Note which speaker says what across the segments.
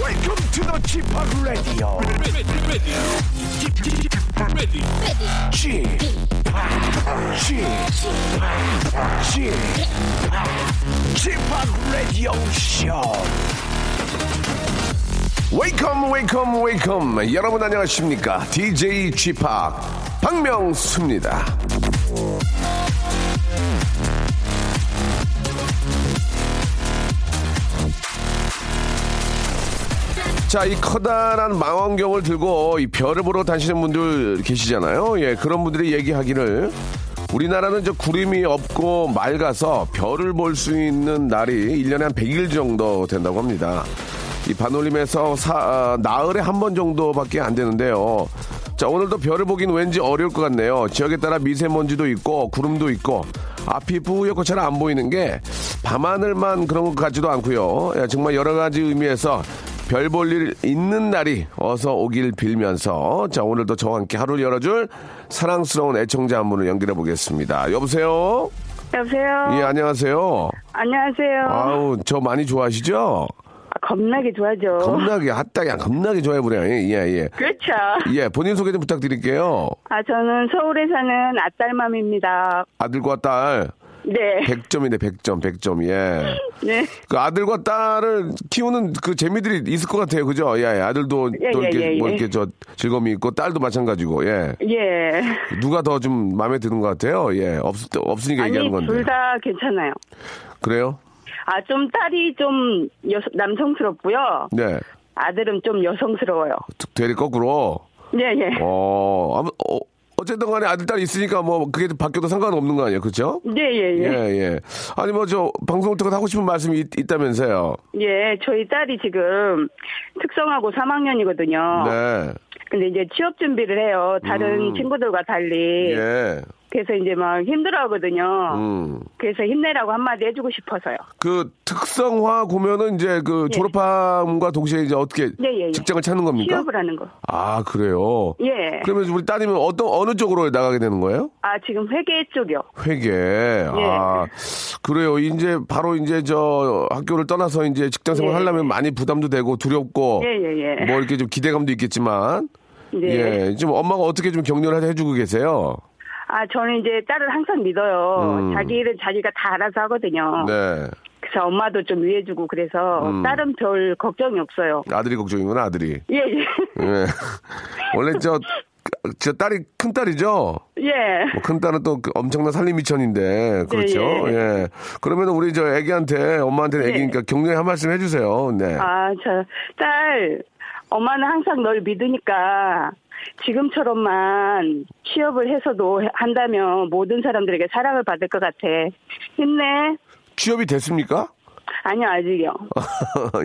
Speaker 1: Welcome to the Chip Radio. Chip Chip Radio Show. Welcome, welcome, welcome. 여러분 안녕하십니까? DJ Chip 박명수입니다. 자, 이 커다란 망원경을 들고 이 별을 보러 다니시는 분들 계시잖아요. 예, 그런 분들이 얘기하기를 우리나라는 저 구름이 없고 맑아서 별을 볼 수 있는 날이 1년에 한 100일 정도 된다고 합니다. 이 반올림에서 사- 아, 나흘에 한 번 정도밖에 안 되는데요. 자, 오늘도 별을 보긴 왠지 어려울 것 같네요. 지역에 따라 미세먼지도 있고, 구름도 있고, 앞이 뿌옇고 잘 안 보이는 게 밤하늘만 그런 것 같지도 않고요. 예, 정말 여러 가지 의미에서 별 볼 일 있는 날이 어서 오길 빌면서 자 오늘도 저와 함께 하루를 열어줄 사랑스러운 애청자 한 분을 연결해 보겠습니다. 여보세요.
Speaker 2: 여보세요.
Speaker 1: 예 안녕하세요.
Speaker 2: 안녕하세요.
Speaker 1: 아우 저 많이 좋아하시죠?
Speaker 2: 아, 겁나게 좋아하죠.
Speaker 1: 겁나게 핫다양 겁나게 좋아해 보네요. 예예
Speaker 2: 그렇죠.
Speaker 1: 예. 예, 본인 소개 좀 부탁드릴게요.
Speaker 2: 아 저는 서울에 사는 아딸맘입니다.
Speaker 1: 아들과 딸
Speaker 2: 네.
Speaker 1: 100점이네 100점 100점 예.
Speaker 2: 네.
Speaker 1: 그 아들과 딸을 키우는 그 재미들이 있을 것 같아요. 그죠? 예, 예. 아들도
Speaker 2: 예,
Speaker 1: 또
Speaker 2: 예,
Speaker 1: 이렇게
Speaker 2: 예,
Speaker 1: 뭐
Speaker 2: 예.
Speaker 1: 이렇게 저 즐거움이 있고 딸도 마찬가지고 예.
Speaker 2: 예.
Speaker 1: 누가 더 좀 마음에 드는 것 같아요? 예, 없, 없으니까
Speaker 2: 아니
Speaker 1: 얘기하는 건데.
Speaker 2: 둘 다 괜찮아요.
Speaker 1: 그래요?
Speaker 2: 아 좀 딸이 좀 여, 남성스럽고요.
Speaker 1: 네.
Speaker 2: 아들은 좀 여성스러워요.
Speaker 1: 되리 거꾸로.
Speaker 2: 예 예.
Speaker 1: 어, 아무, 어, 어쨌든 간에 아들, 딸 있으니까 뭐 그게 바뀌어도 상관없는 거 아니에요? 그렇죠?
Speaker 2: 예예예.
Speaker 1: 예,
Speaker 2: 예,
Speaker 1: 예. 아니, 뭐 저 방송을 통해 하고 싶은 말씀이 있, 있다면서요?
Speaker 2: 예, 저희 딸이 지금 특성하고 3학년이거든요.
Speaker 1: 네. 음.
Speaker 2: 근데 이제 취업 준비를 해요. 다른 친구들과 달리.
Speaker 1: 예.
Speaker 2: 그래서 이제 막 힘들어 하거든요.
Speaker 1: 음.
Speaker 2: 그래서 힘내라고 한마디 해주고 싶어서요.
Speaker 1: 그 특성화 보면은 이제 그 졸업함과 동시에 이제 어떻게
Speaker 2: 예, 예, 예.
Speaker 1: 직장을 찾는 겁니까?
Speaker 2: 취업을 하는 거.
Speaker 1: 아, 그래요?
Speaker 2: 예.
Speaker 1: 그러면 우리 따님은 어떤, 어느 쪽으로 나가게 되는 거예요?
Speaker 2: 아, 지금 회계 쪽이요.
Speaker 1: 회계.
Speaker 2: 예.
Speaker 1: 아, 그래요. 이제 바로 이제 저 학교를 떠나서 이제 직장 생활
Speaker 2: 예.
Speaker 1: 하려면 많이 부담도 되고 두렵고
Speaker 2: 예, 예, 예.
Speaker 1: 뭐 이렇게 좀 기대감도 있겠지만
Speaker 2: 네.
Speaker 1: 예. 지금 엄마가 어떻게 좀 격려를 해주고 계세요?
Speaker 2: 아, 저는 이제 딸을 항상 믿어요.
Speaker 1: 음.
Speaker 2: 자기 일은 자기가 다 알아서 하거든요.
Speaker 1: 네. 음.
Speaker 2: 그래서 엄마도 좀 위해주고 그래서 딸은 별 걱정이 없어요.
Speaker 1: 아들이 걱정이구나, 아들이.
Speaker 2: 예, 예.
Speaker 1: 예. 원래 저, 저 딸이 큰 딸이죠? 뭐
Speaker 2: 예.
Speaker 1: 큰 딸은 또그 엄청난 살림미천인데 그렇죠.
Speaker 2: 예,
Speaker 1: 예.
Speaker 2: 예.
Speaker 1: 그러면 우리 저 애기한테 엄마한테는 애기니까 격려 한 말씀 해주세요. 네.
Speaker 2: 아, 저, 딸, 엄마는 항상 널 믿으니까 지금처럼만 취업을 해서도 한다면 모든 사람들에게 사랑을 받을 것 같아. 힘내.
Speaker 1: 취업이 됐습니까?
Speaker 2: 아니요, 아직이요.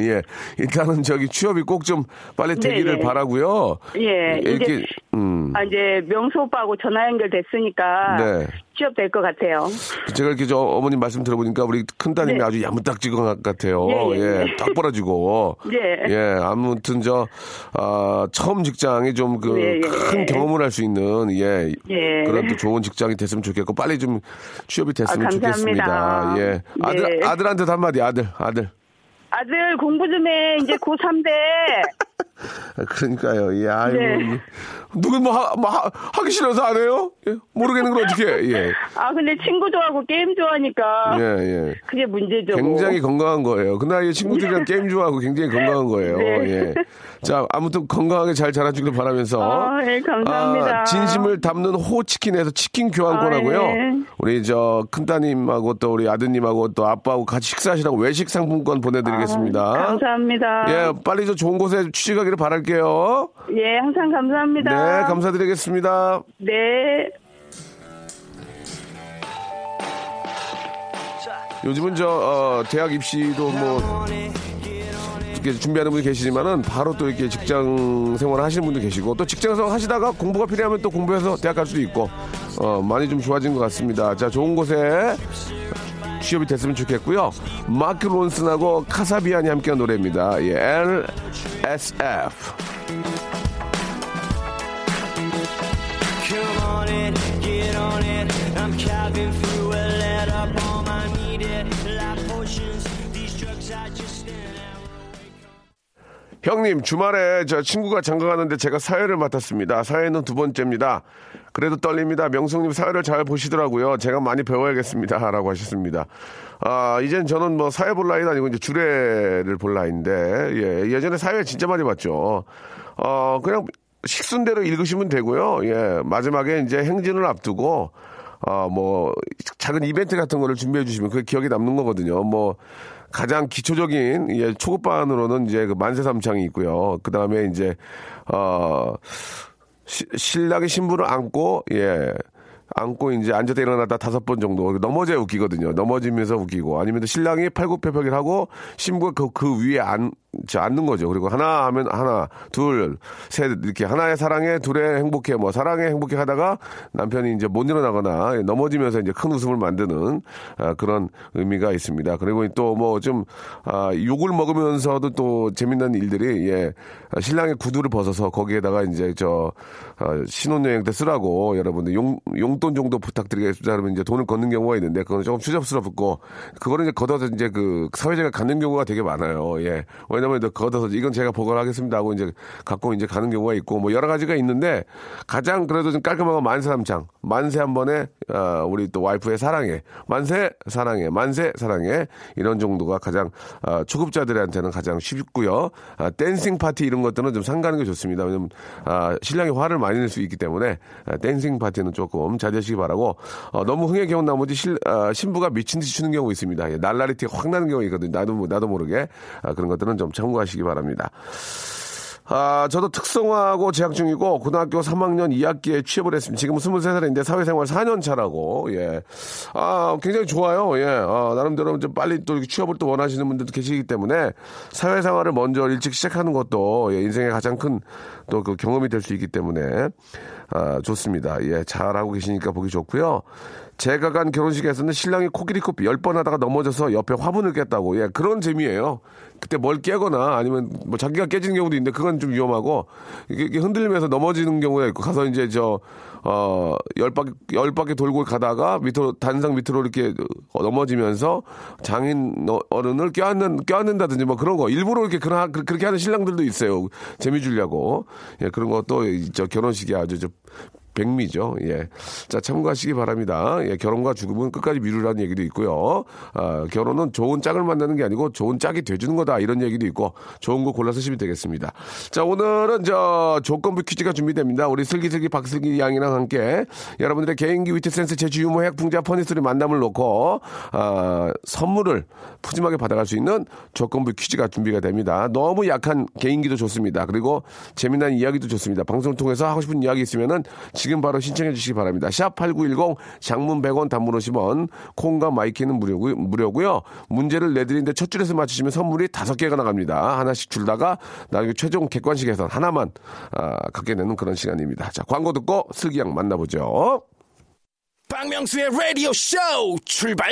Speaker 1: 예. 일단은 저기 취업이 꼭 좀 빨리
Speaker 2: 네,
Speaker 1: 되기를
Speaker 2: 네.
Speaker 1: 바라고요.
Speaker 2: 예, 이제-
Speaker 1: 이렇게 음.
Speaker 2: 아, 이제 명수 오빠하고 전화 연결됐으니까
Speaker 1: 네.
Speaker 2: 취업 될 것 같아요.
Speaker 1: 제가 이렇게 저 어머님 말씀 들어보니까 우리 큰 따님이
Speaker 2: 네.
Speaker 1: 아주 야무딱지근 것 같아요.
Speaker 2: 예,
Speaker 1: 예,
Speaker 2: 예, 예.
Speaker 1: 딱 벌어지고.
Speaker 2: 예.
Speaker 1: 아무튼 저 아, 처음 직장이 좀 그 큰
Speaker 2: 예, 예.
Speaker 1: 경험을 할 수 있는 예,
Speaker 2: 예.
Speaker 1: 그런 또 좋은 직장이 됐으면 좋겠고 빨리 좀 취업이 됐으면
Speaker 2: 아, 감사합니다.
Speaker 1: 좋겠습니다. 예. 아들
Speaker 2: 네.
Speaker 1: 아들한테 도 한마디 아들 아들.
Speaker 2: 아들 공부 좀 해. 이제 고3대.
Speaker 1: 아, 그러니까요. 예, 아이고.
Speaker 2: 네.
Speaker 1: 예. 누군 뭐, 하, 뭐 하, 하기 싫어서 안 해요? 예. 모르겠는 걸 어떻게 해. 예.
Speaker 2: 아, 근데 친구 좋아하고 게임 좋아하니까
Speaker 1: 예, 예.
Speaker 2: 그게 문제죠. 뭐.
Speaker 1: 굉장히 건강한 거예요. 그 나이에 친구들이랑 게임 좋아하고 굉장히 건강한 거예요.
Speaker 2: 네.
Speaker 1: 예. 자, 아무튼 건강하게 잘 자라주길 바라면서.
Speaker 2: 아, 예, 감사합니다.
Speaker 1: 아, 진심을 담는 호치킨에서 치킨 교환권 하고요.
Speaker 2: 아, 예.
Speaker 1: 우리 저 큰따님하고 또 우리 아드님하고 또 아빠하고 같이 식사하시라고 외식 상품권 보내드리겠습니다.
Speaker 2: 아, 감사합니다.
Speaker 1: 예, 빨리 저 좋은 곳에 취직하기를 바랄게요.
Speaker 2: 예, 항상 감사합니다. 네.
Speaker 1: 네, 감사드리겠습니다.
Speaker 2: 네.
Speaker 1: 요즘은 저 어, 대학 입시도 뭐 이렇게 준비하는 분이 계시지만은 바로 또 이렇게 직장 생활 하시는 분도 계시고 또 직장 생활 하시다가 공부가 필요하면 또 공부해서 대학 갈 수도 있고 어, 많이 좀 좋아진 것 같습니다. 자 좋은 곳에 취업이 됐으면 좋겠고요. 마크 론슨하고 카사비안이 함께한 노래입니다. 예, LSF. 형님 주말에 저 친구가 장가 가는데 제가 사회를 맡았습니다. 사회는 두 번째입니다. 그래도 떨립니다. 명성님 사회를 잘 보시더라고요. 제가 많이 배워야겠습니다라고 하셨습니다. 아 이젠 저는 뭐 사회 볼 라인 아니고 이제 주례를 볼 라인데 예 예전에 사회 진짜 많이 봤죠. 어 그냥 식순대로 읽으시면 되고요. 예 마지막에 이제 행진을 앞두고 아 뭐 작은 이벤트 같은 거를 준비해 주시면 그게 기억에 남는 거거든요. 뭐 가장 기초적인 예, 초급반으로는 이제 그 만세삼창이 있고요. 그 다음에 이제 어 시- 신랑이 신부를 안고 예. 안고 이제 앉았다 일어났다 다섯 번 정도 넘어져야 웃기거든요. 넘어지면서 웃기고 아니면 또 신랑이 팔굽혀펴기를 하고 신부가 그, 그 위에 앉, 저 앉는 거죠. 그리고 하나 하면 하나, 둘, 셋 이렇게 하나의 사랑에 둘의 행복해 뭐 사랑에 행복해 하다가 남편이 이제 못 일어나거나 넘어지면서 이제 큰 웃음을 만드는 아, 그런 의미가 있습니다. 그리고 또 뭐 좀 아, 욕을 먹으면서도 또 재밌는 일들이 예 아, 신랑의 구두를 벗어서 거기에다가 이제 저 아, 신혼여행 때 쓰라고 여러분들 용, 용돈 정도 부탁드리겠습니다. 그러면 이제 돈을 걷는 경우가 있는데 그건 조금 추잡스럽고 그거를 이제 걷어서 이제 그 사회자가 갖는 경우가 되게 많아요. 예. 왜냐면 이제 걷어서 이건 제가 보관하겠습니다 하고 이제 갖고 이제 가는 경우가 있고 뭐 여러 가지가 있는데 가장 그래도 좀 깔끔한 건 만세삼창 만세 한 번에 아, 우리 또 와이프의 사랑해 만세 사랑해 만세 사랑해 이런 정도가 가장 아, 초급자들한테는 가장 쉽고요. 아, 댄싱 파티 이런 것들은 좀 상가는 게 좋습니다. 왜냐면 아, 신랑이 화를 많이 낼 수 있기 때문에 아, 댄싱 파티는 조금 자제하시기 바라고 어, 너무 흥에 겨운 나머지 실- 아, 신부가 미친 듯이 추는 경우 있습니다. 예, 날라리티 확 나는 경우 있거든요. 나도 모- 나도 모르게 아, 그런 것들은 좀 참고하시기 바랍니다. 아, 저도 특성화하고 재학 중이고 고등학교 3학년 2학기에 취업을 했습니다. 지금 23살인데 사회생활 4년 차라고. 예. 아, 굉장히 좋아요. 예. 아, 나름대로 좀 빨리 또 이렇게 취업을 또 원하시는 분들도 계시기 때문에 사회생활을 먼저 일찍 시작하는 것도 예, 인생의 가장 큰 또 그 경험이 될 수 있기 때문에 아, 좋습니다. 예, 잘하고 계시니까 보기 좋고요. 제가 간 결혼식에서는 신랑이 코끼리 코피 10번 하다가 넘어져서 옆에 화분을 깼다고. 예, 그런 재미예요. 그때 뭘 깨거나 아니면 뭐 자기가 깨지는 경우도 있는데 그건 좀 위험하고 이게 이게 흔들리면서 넘어지는 경우가 있고 가서 이제 저, 어, 열 바퀴, 열 바퀴 돌고 가다가 밑으로, 단상 밑으로 이렇게 넘어지면서 장인 어- 어른을 껴안는, 껴안는다든지 뭐 그런 거. 일부러 이렇게 그런, 그- 그렇게 하는 신랑들도 있어요. 재미 주려고. 예, 그런 것도 이- 저 결혼식이 아주 저 백미죠. 예. 자, 참고하시기 바랍니다. 예, 결혼과 죽음은 끝까지 미루라는 얘기도 있고요. 아, 결혼은 좋은 짝을 만나는 게 아니고 좋은 짝이 돼주는 거다. 이런 얘기도 있고 좋은 거 골라 쓰시면 되겠습니다. 자, 오늘은 저 조건부 퀴즈가 준비됩니다. 우리 슬기슬기 박슬기 양이랑 함께 여러분들의 개인기 위트 센스 제주 유머 핵풍자 퍼니스리 만남을 놓고 아, 선물을 푸짐하게 받아갈 수 있는 조건부 퀴즈가 준비가 됩니다. 너무 약한 개인기도 좋습니다. 그리고 재미난 이야기도 좋습니다. 방송을 통해서 하고 싶은 이야기 있으면은 지금 바로 신청해 주시기 바랍니다. 샵 8910 장문 100원 단문 50원 콩과 마이키는 무료고, 무료고요. 문제를 내드리는데 첫 줄에서 맞추시면 선물이 다섯 개가 나갑니다. 하나씩 줄다가 나중에 최종 객관식 에선 하나만 아, 갖게 되는 그런 시간입니다. 자, 광고 듣고 슬기양 만나보죠.
Speaker 3: 박명수의 라디오 쇼 출발!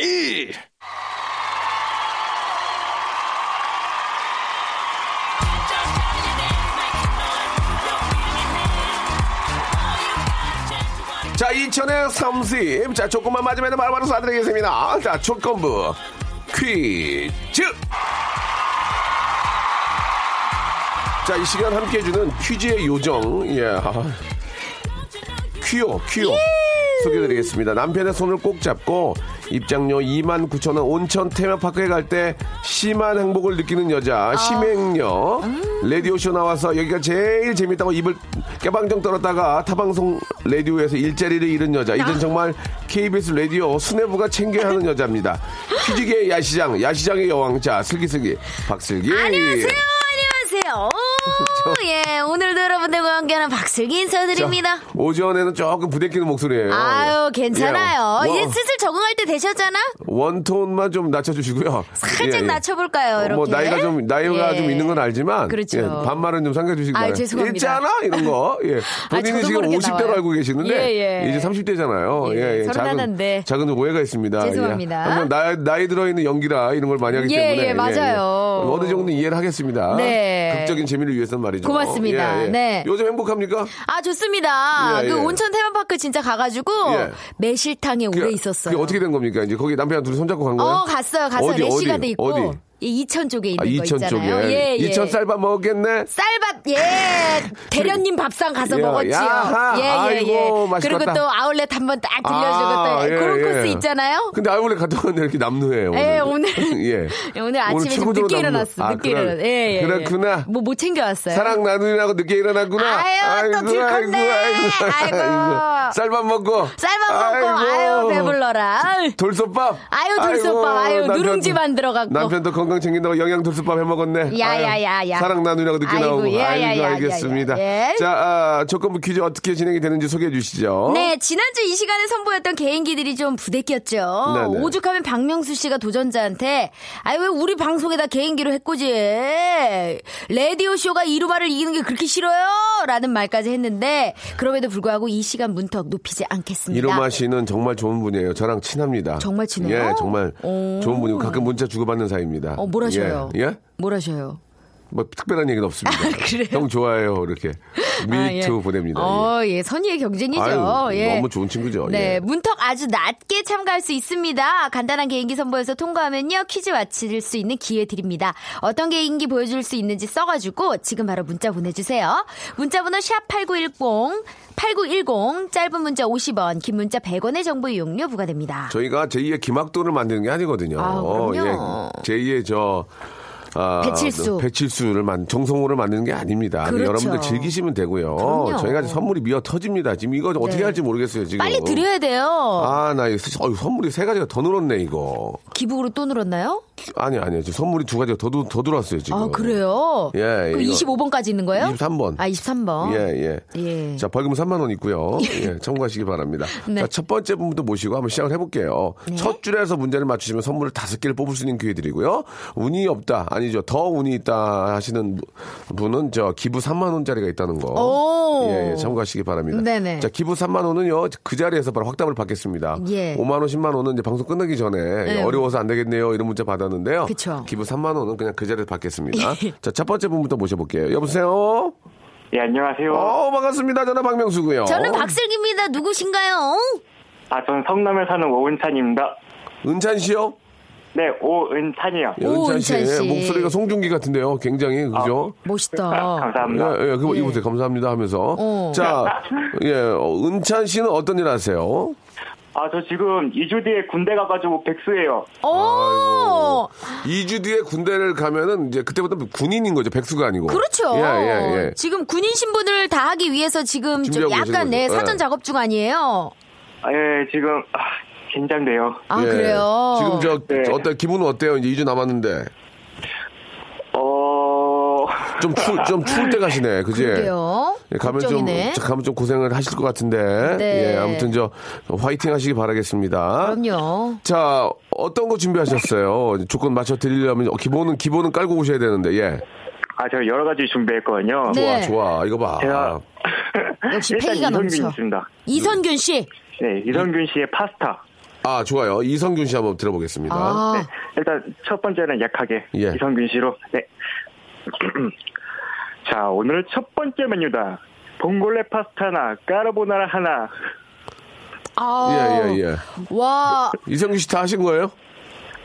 Speaker 1: 자, 2000에 30. 자, 조건만 맞으면 바로바로 쏴드리겠습니다. 자, 조건부 퀴즈! 자, 이 시간 함께 해주는 퀴즈의 요정. 예. 아. 퀴어, 퀴어. 소개드리겠습니다. 남편의 손을 꼭 잡고 입장료 2만 9천 원 온천 테마파크에 갈 때 심한 행복을 느끼는 여자 심행녀 레디오쇼 나와서 여기가 제일 재밌다고 입을 깨방정 떨었다가 타방송 레디오에서 일자리를 잃은 여자 이젠 정말 KBS 레디오 수뇌부가 챙겨야 하는 여자입니다. 퀴즈계의 야시장 야시장의 여왕자 슬기슬기 박슬기
Speaker 4: 안녕하세요,
Speaker 5: 안녕하세요. 오, 예, 오늘도 여러분들과 함께하는 박슬기 인사드립니다.
Speaker 1: 오전에는 조금 부대끼는 어, 목소리예요.
Speaker 5: 아유, 괜찮아요.
Speaker 1: 예.
Speaker 5: 이제
Speaker 1: 원-
Speaker 5: 슬슬 적응할 때 되셨잖아?
Speaker 1: 원톤만 좀 낮춰주시고요.
Speaker 5: 살짝
Speaker 1: 예, 예.
Speaker 5: 낮춰볼까요, 이렇게?
Speaker 1: 뭐 나이가 좀 나이가
Speaker 5: 예.
Speaker 1: 좀 있는 건 알지만 예,
Speaker 5: 그렇죠.
Speaker 1: 반말은 좀 상해주시기
Speaker 5: 아이,
Speaker 1: 바랍니다.
Speaker 5: 죄송합니다.
Speaker 1: 있잖아 이런 거. 예. 본인이
Speaker 5: 저도
Speaker 1: 지금
Speaker 5: 모르게
Speaker 1: 50대로
Speaker 5: 나와요.
Speaker 1: 알고 계시는데
Speaker 5: 예, 예.
Speaker 1: 이제
Speaker 5: 예,
Speaker 1: 30대잖아요. 예, 예. 작은
Speaker 5: 서른하나인데.
Speaker 1: 작은 오해가 있습니다.
Speaker 5: 죄송합니다.
Speaker 1: 예. 항상 나이, 나이 들어 있는 연기라 이런 걸 많이 하기
Speaker 5: 예,
Speaker 1: 때문에
Speaker 5: 예, 맞아요.
Speaker 1: 어느 정도 이해를 하겠습니다.
Speaker 5: 네.
Speaker 1: 극적인 재미를 위해서 말이죠. 예,
Speaker 5: 고맙습니다. 네.
Speaker 1: 요즘 행복합니까?
Speaker 5: 아, 좋습니다.
Speaker 1: 예,
Speaker 5: 그
Speaker 1: 예.
Speaker 5: 온천 테마파크 진짜 가가지고
Speaker 1: 예.
Speaker 5: 매실탕에 오래 있었어요.
Speaker 1: 그게 어떻게 된 겁니까? 이제 거기 남편이랑 둘이 손잡고 간 거예요?
Speaker 5: 어, 갔어요. 가서
Speaker 1: 어디,
Speaker 5: 레시가드
Speaker 1: 어디,
Speaker 5: 있고.
Speaker 1: 어디?
Speaker 5: 이 이천 쪽에 있는
Speaker 1: 아,
Speaker 5: 거
Speaker 1: 이천
Speaker 5: 있잖아요.
Speaker 1: 쪽에.
Speaker 5: 예, 예.
Speaker 1: 이천 쌀밥 먹겠네.
Speaker 5: 쌀밥 예 대련님 밥상 가서
Speaker 1: 야,
Speaker 5: 먹었지요.
Speaker 1: 야하,
Speaker 5: 예예 예,
Speaker 1: 아이고, 맛있겠다.
Speaker 5: 그리고 또 아울렛 한번 딱 들려주고
Speaker 1: 아,
Speaker 5: 또
Speaker 1: 예,
Speaker 5: 그런
Speaker 1: 예.
Speaker 5: 코스 있잖아요.
Speaker 1: 근데 아이올렛 갔다 왔는데 이렇게 남루해요. 오늘.
Speaker 5: 예, 오늘-
Speaker 1: 예.
Speaker 5: 오늘 아침에 좀
Speaker 1: 출근으로
Speaker 5: 늦게
Speaker 1: 남루-
Speaker 5: 일어났어.
Speaker 1: 아,
Speaker 5: 늦게
Speaker 1: 그래-
Speaker 5: 일어났. 예, 예, 예.
Speaker 1: 그렇구나.
Speaker 5: 뭐 못 챙겨왔어요.
Speaker 1: 사랑 나누느라고 늦게 일어났구나.
Speaker 5: 아유, 또 들켰네. 아이고.
Speaker 1: 쌀밥 먹고.
Speaker 5: 쌀밥 먹고 아유 배불러라. 아유.
Speaker 1: 돌솥밥.
Speaker 5: 아유, 돌솥밥. 아유, 누룽지 만들어 갖고.
Speaker 1: 남편도 건강 챙긴다고 영양 돌솥밥 해 먹었네.
Speaker 5: 야,
Speaker 1: 아유,
Speaker 5: 야, 야, 야.
Speaker 1: 사랑 나누느라고 늦게
Speaker 5: 아이고,
Speaker 1: 나오고.
Speaker 5: 야, 야,
Speaker 1: 아이고,
Speaker 5: 야, 예. 야,
Speaker 1: 알겠습니다.
Speaker 5: 야, 야.
Speaker 1: 자, 아, 조건부 퀴즈 어떻게 진행이 되는지 소개해 주시죠.
Speaker 5: 네, 지난주 이 시간에 선보였던 개인기들이 좀 부대꼈죠.
Speaker 1: 네네.
Speaker 5: 오죽하면 박명수 씨가 도전자한테, 아이, 왜 우리 방송에다 개인기로 했고지? 라디오쇼가 이루바를 이기는 게 그렇게 싫어요? 라는 말까지 했는데, 그럼에도 불구하고 이 시간 문턱 높이지 않겠습니다.
Speaker 1: 이로마 씨는 정말 좋은 분이에요. 저랑 친합니다.
Speaker 5: 정말 친해요?
Speaker 1: 예, 정말
Speaker 5: 오.
Speaker 1: 좋은 분이고 가끔 문자 주고받는 사이입니다.
Speaker 5: 어, 뭘 하셔요?
Speaker 1: 예, 예?
Speaker 5: 뭘 하셔요?
Speaker 1: 뭐 특별한 얘기는 없습니다.
Speaker 5: 그래요?
Speaker 1: 형 좋아해요. 이렇게 미투 보냅니다.
Speaker 5: 예. 어, 예. 선의의 경쟁이죠.
Speaker 1: 아유,
Speaker 5: 예.
Speaker 1: 너무 좋은 친구죠.
Speaker 5: 네,
Speaker 1: 예.
Speaker 5: 문턱 아주 낮게 참가할 수 있습니다. 간단한 개인기 선보여서 통과하면요 퀴즈 맞힐 수 있는 기회 드립니다. 어떤 개인기 보여줄 수 있는지 써가지고 지금 바로 문자 보내주세요. 문자번호 샵 #8910 8910 짧은 문자 50원, 긴 문자 100원의 정보 이용료 부과됩니다.
Speaker 1: 저희가 제2의 김학도를 만드는 게 아니거든요.
Speaker 5: 아, 그럼요.
Speaker 1: 예. 제2의 저 아,
Speaker 5: 배칠수.
Speaker 1: 배칠수를 만 정성호를 만드는 게 아닙니다.
Speaker 5: 그렇죠.
Speaker 1: 여러분들 즐기시면 되고요.
Speaker 5: 그럼요. 네.
Speaker 1: 저희가 지금 선물이 미어 터집니다. 지금 이거 어떻게 할지 모르겠어요. 지금
Speaker 5: 빨리 드려야 돼요.
Speaker 1: 아, 나 이거 어, 선물이 세 가지가 더 늘었네 이거.
Speaker 5: 기부로 또 늘었나요?
Speaker 1: 아니 아니요. 지금 선물이 두 가지가 더, 더, 더 들어왔어요 지금.
Speaker 5: 아 그래요?
Speaker 1: 예,
Speaker 5: 그럼
Speaker 1: 이거-
Speaker 5: 25번까지 있는 거예요?
Speaker 1: 23번.
Speaker 5: 아 23번.
Speaker 1: 예, 예,
Speaker 5: 예.
Speaker 1: 자, 벌금 3만 원 있고요. 예, 참고하시기 바랍니다.
Speaker 5: 네.
Speaker 1: 자, 첫 번째 분부터 모시고 한번 시작을 해볼게요. 첫 줄에서 문제를 맞추시면 선물을 다섯 개를 뽑을 수 있는 기회 드리고요. 운이 없다, 아니죠. 더 운이 있다 하시는 분은 저 기부 3만 원짜리가 있다는 거.
Speaker 5: 오.
Speaker 1: 예, 예, 참고하시기 바랍니다.
Speaker 5: 네네.
Speaker 1: 자, 기부 3만 원은요. 그 자리에서 바로 확답을 받겠습니다.
Speaker 5: 예. 네.
Speaker 1: 5만 원, 10만 원은 이제 방송 끝나기 전에 어려워서 안 되겠네요. 이런 문자 받았는데요.
Speaker 5: 그쵸. 예.
Speaker 1: 기부 3만 원은 그냥 그 자리에서 받겠습니다. 자, 첫 번째 분부터 모셔볼게요. 여보세요?
Speaker 6: 예, 안녕하세요.
Speaker 1: 어, 반갑습니다. 저는 박명수고요.
Speaker 5: 저는 박슬기입니다. 누구신가요?
Speaker 6: 아, 전 성남에 사는 오은찬입니다.
Speaker 1: 은찬 씨요?
Speaker 6: 네, 오은찬이요.
Speaker 1: 예,
Speaker 5: 오, 은찬 씨.
Speaker 1: 목소리가 송중기 같은데요. 굉장히 그죠?
Speaker 6: 아,
Speaker 5: 어? 멋있다.
Speaker 6: 감사합니다.
Speaker 1: 예, 예, 그거
Speaker 5: 예.
Speaker 1: 이보세요. 감사합니다 하면서.
Speaker 5: 어.
Speaker 1: 자, 예, 어, 은찬 씨는 어떤 일 하세요?
Speaker 6: 아, 저 지금 2주 뒤에 군대 가가지고 백수예요.
Speaker 5: 어. 오.
Speaker 1: 2주 뒤에 군대를 가면은 이제 그때부터 군인인 거죠. 백수가 아니고.
Speaker 5: 그렇죠.
Speaker 1: 예, 예, 예.
Speaker 5: 지금 군인 신분을 다 하기 위해서 지금 좀
Speaker 1: 준비하고
Speaker 5: 약간
Speaker 1: 계시는
Speaker 5: 네,
Speaker 1: 거죠. 예.
Speaker 5: 사전 작업 중 아니에요?
Speaker 6: 아, 예, 지금, 아, 긴장돼요.
Speaker 5: 아,
Speaker 1: 예.
Speaker 5: 그래요?
Speaker 1: 지금 저,
Speaker 6: 네.
Speaker 1: 어때, 기분은 어때요? 이제 2주 남았는데.
Speaker 6: 어,
Speaker 1: 좀 추, 좀 추울 때 가시네. 그지?
Speaker 5: 그래요?
Speaker 1: 예, 가면 좀
Speaker 5: 걱정이네.
Speaker 1: 가면 좀 고생을 하실 것 같은데
Speaker 5: 네.
Speaker 1: 예 아무튼 저 화이팅 하시기 바라겠습니다.
Speaker 5: 그럼요.
Speaker 1: 자 어떤 거 준비하셨어요? 조건 맞춰 드리려면 어, 기본은 기본은 깔고 오셔야 되는데 예
Speaker 6: 아, 제가 여러 가지 준비했거든요. 뭐,
Speaker 5: 네.
Speaker 1: 좋아 좋아 이거 봐
Speaker 6: 제가,
Speaker 1: 아.
Speaker 5: 역시
Speaker 6: 일단
Speaker 5: 패기가 넘쳐.
Speaker 6: 이성균 있습니다.
Speaker 5: 이선균 씨.
Speaker 6: 네, 이성균 씨의 파스타.
Speaker 1: 아 좋아요 이성균 씨 한번 들어보겠습니다.
Speaker 5: 아,
Speaker 6: 네, 일단 첫 번째는 약하게.
Speaker 1: 예.
Speaker 6: 이성균 씨로. 네. 자, 오늘 첫 번째 메뉴다. 봉골레 파스타 하나, 까르보나라 하나.
Speaker 5: 아.
Speaker 1: 예 예, 예.
Speaker 5: 와,
Speaker 1: 이성균 씨 다 하신 거예요?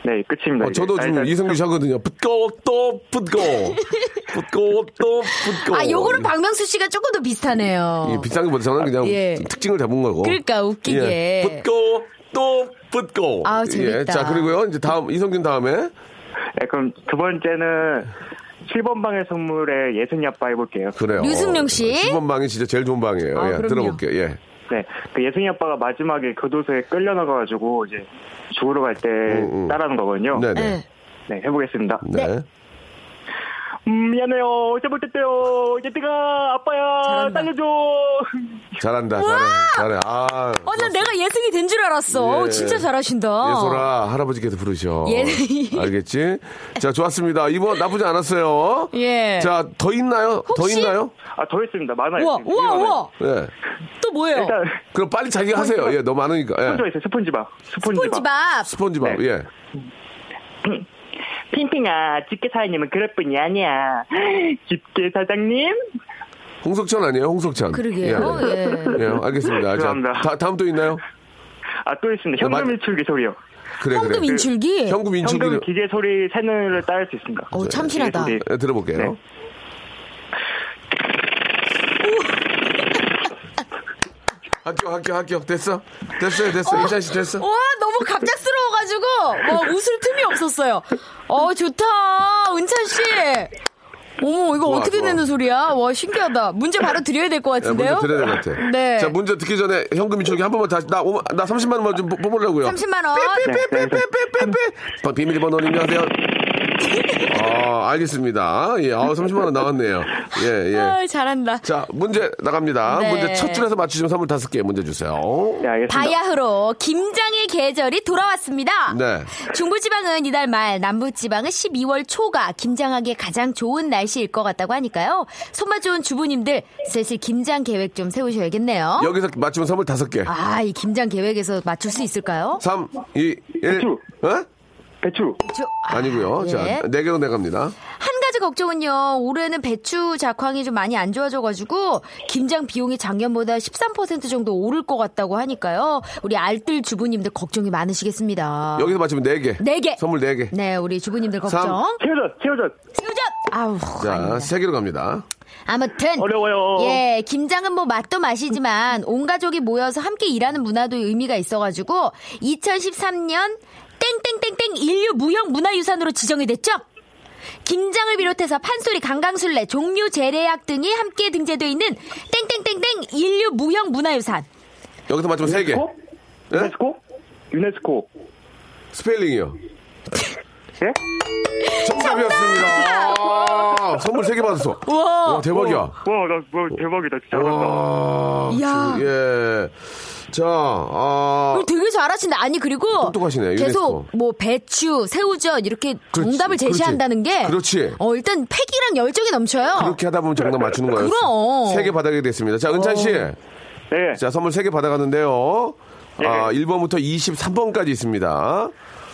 Speaker 6: 네, 끝입니다.
Speaker 1: 어, 저도
Speaker 6: 이제.
Speaker 1: 지금
Speaker 6: 일단
Speaker 1: 이성균 씨 하거든요. 붓고 또 붓고 붓고 또 붓고.
Speaker 5: 아, 요거는 박명수 씨가 조금 더 비슷하네요.
Speaker 1: 이 비싼 거보다 저는 그냥
Speaker 5: 예.
Speaker 1: 특징을 잡은 거고.
Speaker 5: 그러니까 웃기게.
Speaker 1: 예. 붙고 또 붙고. 예,
Speaker 5: 아우, 재밌다.
Speaker 1: 자 그리고요 이제 다음 이성균 다음에
Speaker 6: 네, 그럼 두 번째는 7번 방의 선물에 예순이 아빠 해볼게요.
Speaker 1: 그래요.
Speaker 5: 류승룡 씨.
Speaker 1: 10번 방이 진짜 제일 좋은 방이에요.
Speaker 5: 아,
Speaker 1: 예,
Speaker 5: 그럼요.
Speaker 1: 들어볼게요. 예.
Speaker 6: 네, 그 예순이 아빠가 마지막에 교도소에 끌려나가가지고 이제 죽으러 갈 때
Speaker 1: 음, 음.
Speaker 6: 네.
Speaker 5: 예.
Speaker 6: 따라하는 거거든요.
Speaker 1: 네. 네네.
Speaker 5: 네.
Speaker 6: 네, 해보겠습니다.
Speaker 1: 네.
Speaker 6: 음, 미안해요. 잘못했대요. 얘들아, 아빠야.
Speaker 5: 잘한다.
Speaker 6: 살려줘.
Speaker 1: 잘한다, 잘해, 잘해. 아,
Speaker 5: 어, 난 내가 예승이 된 줄 알았어.
Speaker 1: 예.
Speaker 5: 진짜 잘하신다.
Speaker 1: 예솔아 할아버지께서 부르셔.
Speaker 5: 예.
Speaker 1: 알겠지? 자, 좋았습니다. 이번 나쁘지 않았어요.
Speaker 5: 예.
Speaker 1: 자, 더 있나요? 더
Speaker 5: 혹시-
Speaker 1: 있나요?
Speaker 6: 아, 더 했습니다. 많아요.
Speaker 5: 우와,
Speaker 6: 지금.
Speaker 5: 우와,
Speaker 6: 되게 많아요.
Speaker 5: 우와.
Speaker 1: 예.
Speaker 5: 또 뭐예요?
Speaker 6: 일단,
Speaker 1: 그럼 빨리 자기가 하세요. 예, 너무 많으니까. 예.
Speaker 6: 혼자 있어요. 스폰지밥. 스폰지밥.
Speaker 5: 폰지밥.
Speaker 1: 스폰지밥.
Speaker 6: 네.
Speaker 1: 예.
Speaker 6: 핑핑아, 집게 사장님은 그럴 뿐이 아니야. 집게 사장님?
Speaker 1: 홍석천 아니에요? 홍석천.
Speaker 5: 그러게요.
Speaker 1: 예.
Speaker 5: 예.
Speaker 1: 예, 알겠습니다. 자,
Speaker 6: 죄송합니다.
Speaker 1: 다, 다음 또 있나요?
Speaker 6: 아, 또 있습니다.
Speaker 1: 맞-
Speaker 6: 현금 일출기 소리요.
Speaker 1: 그래,
Speaker 5: 현금
Speaker 1: 예, 그래.
Speaker 5: 인출기.
Speaker 1: 현금
Speaker 6: 현금
Speaker 1: 인출기를
Speaker 6: 기계 소리 채널을 따를 수 있습니다.
Speaker 5: 어, 참신하다.
Speaker 6: 기계 소리.
Speaker 1: 예, 네. 들어볼게요.
Speaker 6: 네.
Speaker 1: 합격, 합격, 합격. 됐어? 됐어요, 됐어. 이찬 씨 됐어?
Speaker 5: 와, 너무 갑작스러워가지고, 와, 웃을 틈이 없었어요. 어, 좋다. 은찬씨. 어머, 이거
Speaker 1: 좋아,
Speaker 5: 어떻게
Speaker 1: 좋아.
Speaker 5: 되는 소리야? 와, 신기하다. 문제 바로 드려야 될 것
Speaker 1: 예, 문제
Speaker 5: 같은데요?
Speaker 1: 드려야 될 것 같아.
Speaker 5: 네.
Speaker 1: 자, 문제 듣기 전에 현금 인출기 한 번만 다시, 나, 오만- 나 30만 원만 좀 뽑- 뽑으려고요.
Speaker 5: 30만원. 네.
Speaker 1: 삐삐삐삐삐삐삐삐. 비밀번호 안녕하세요. 아, 알겠습니다. 예, 아, 30만 원 나왔네요. 예, 예.
Speaker 5: 아, 잘한다.
Speaker 1: 자, 문제 나갑니다.
Speaker 5: 네.
Speaker 1: 문제 첫 줄에서 맞추시면 선물 다섯 개 문제 주세요.
Speaker 6: 네, 알겠습니다.
Speaker 5: 바야흐로 김장의 계절이 돌아왔습니다.
Speaker 1: 네.
Speaker 5: 중부지방은 이달 말, 남부지방은 12월 초가 김장하기에 가장 좋은 날씨일 것 같다고 하니까요. 손맛 좋은 주부님들 슬슬 김장 계획 좀 세우셔야겠네요.
Speaker 1: 여기서 맞추면 선물 다섯 개.
Speaker 5: 아, 이 김장 계획에서 맞출 수 있을까요?
Speaker 1: 3, 2, 1.
Speaker 6: 배추.
Speaker 1: 어?
Speaker 6: 배추.
Speaker 5: 저- 아,
Speaker 1: 아니고요.
Speaker 5: 예.
Speaker 1: 자, 네 개로 내갑니다.
Speaker 5: 한 가지 걱정은요. 올해는 배추 작황이 좀 많이 안 좋아져가지고 김장 비용이 작년보다 13% 정도 오를 것 같다고 하니까요. 우리 알뜰 주부님들 걱정이 많으시겠습니다.
Speaker 1: 여기서 맞추면 네 개.
Speaker 5: 아. 네 개.
Speaker 1: 선물 네 개.
Speaker 5: 네, 우리 주부님들 걱정.
Speaker 1: 삼.
Speaker 6: 새우젓, 새우젓.
Speaker 5: 새우젓. 아우.
Speaker 1: 자,
Speaker 5: 아닙니다.
Speaker 1: 세 개로 갑니다.
Speaker 5: 아무튼
Speaker 6: 어려워요.
Speaker 5: 예, 김장은 뭐 맛도 맛이지만 온 가족이 모여서 함께 일하는 문화도 의미가 있어가지고 2013년 땡땡땡땡 인류 무형 문화유산으로 지정이 됐죠. 김장을 비롯해서 판소리, 강강술래, 종묘 재래약 등이 함께 등재돼 있는 땡땡땡땡 인류 무형 문화유산.
Speaker 1: 아. 여기서 맞추면 세 개.
Speaker 6: 유네스코?
Speaker 1: 예?
Speaker 6: 유네스코? 유네스코.
Speaker 1: 스펠링이요.
Speaker 6: 예?
Speaker 1: 정답이었습니다. 아, 선물 세 개 받았어.
Speaker 5: 우와.
Speaker 1: 와, 대박이야.
Speaker 6: 와, 나, 뭐, 대박이다. 진짜.
Speaker 1: 와,
Speaker 5: 이야.
Speaker 1: 주- 예. 자, 아,
Speaker 5: 어, 되게 잘하신다. 아니 그리고
Speaker 1: 똑똑하시네, 유네스코.
Speaker 5: 계속 뭐 배추, 새우젓 이렇게
Speaker 1: 그렇지,
Speaker 5: 정답을 제시한다는
Speaker 1: 그렇지.
Speaker 5: 게
Speaker 1: 그렇지.
Speaker 5: 어 일단 패기랑 열정이 넘쳐요.
Speaker 1: 그렇게 하다 보면 정답 맞추는 거예요.
Speaker 5: 그럼. 어.
Speaker 1: 세개 받아게 됐습니다. 자, 은찬 씨.
Speaker 6: 네.
Speaker 1: 자, 선물 세 개 받아가는데요. 아,
Speaker 6: 예.
Speaker 1: 1번부터 23번까지 있습니다.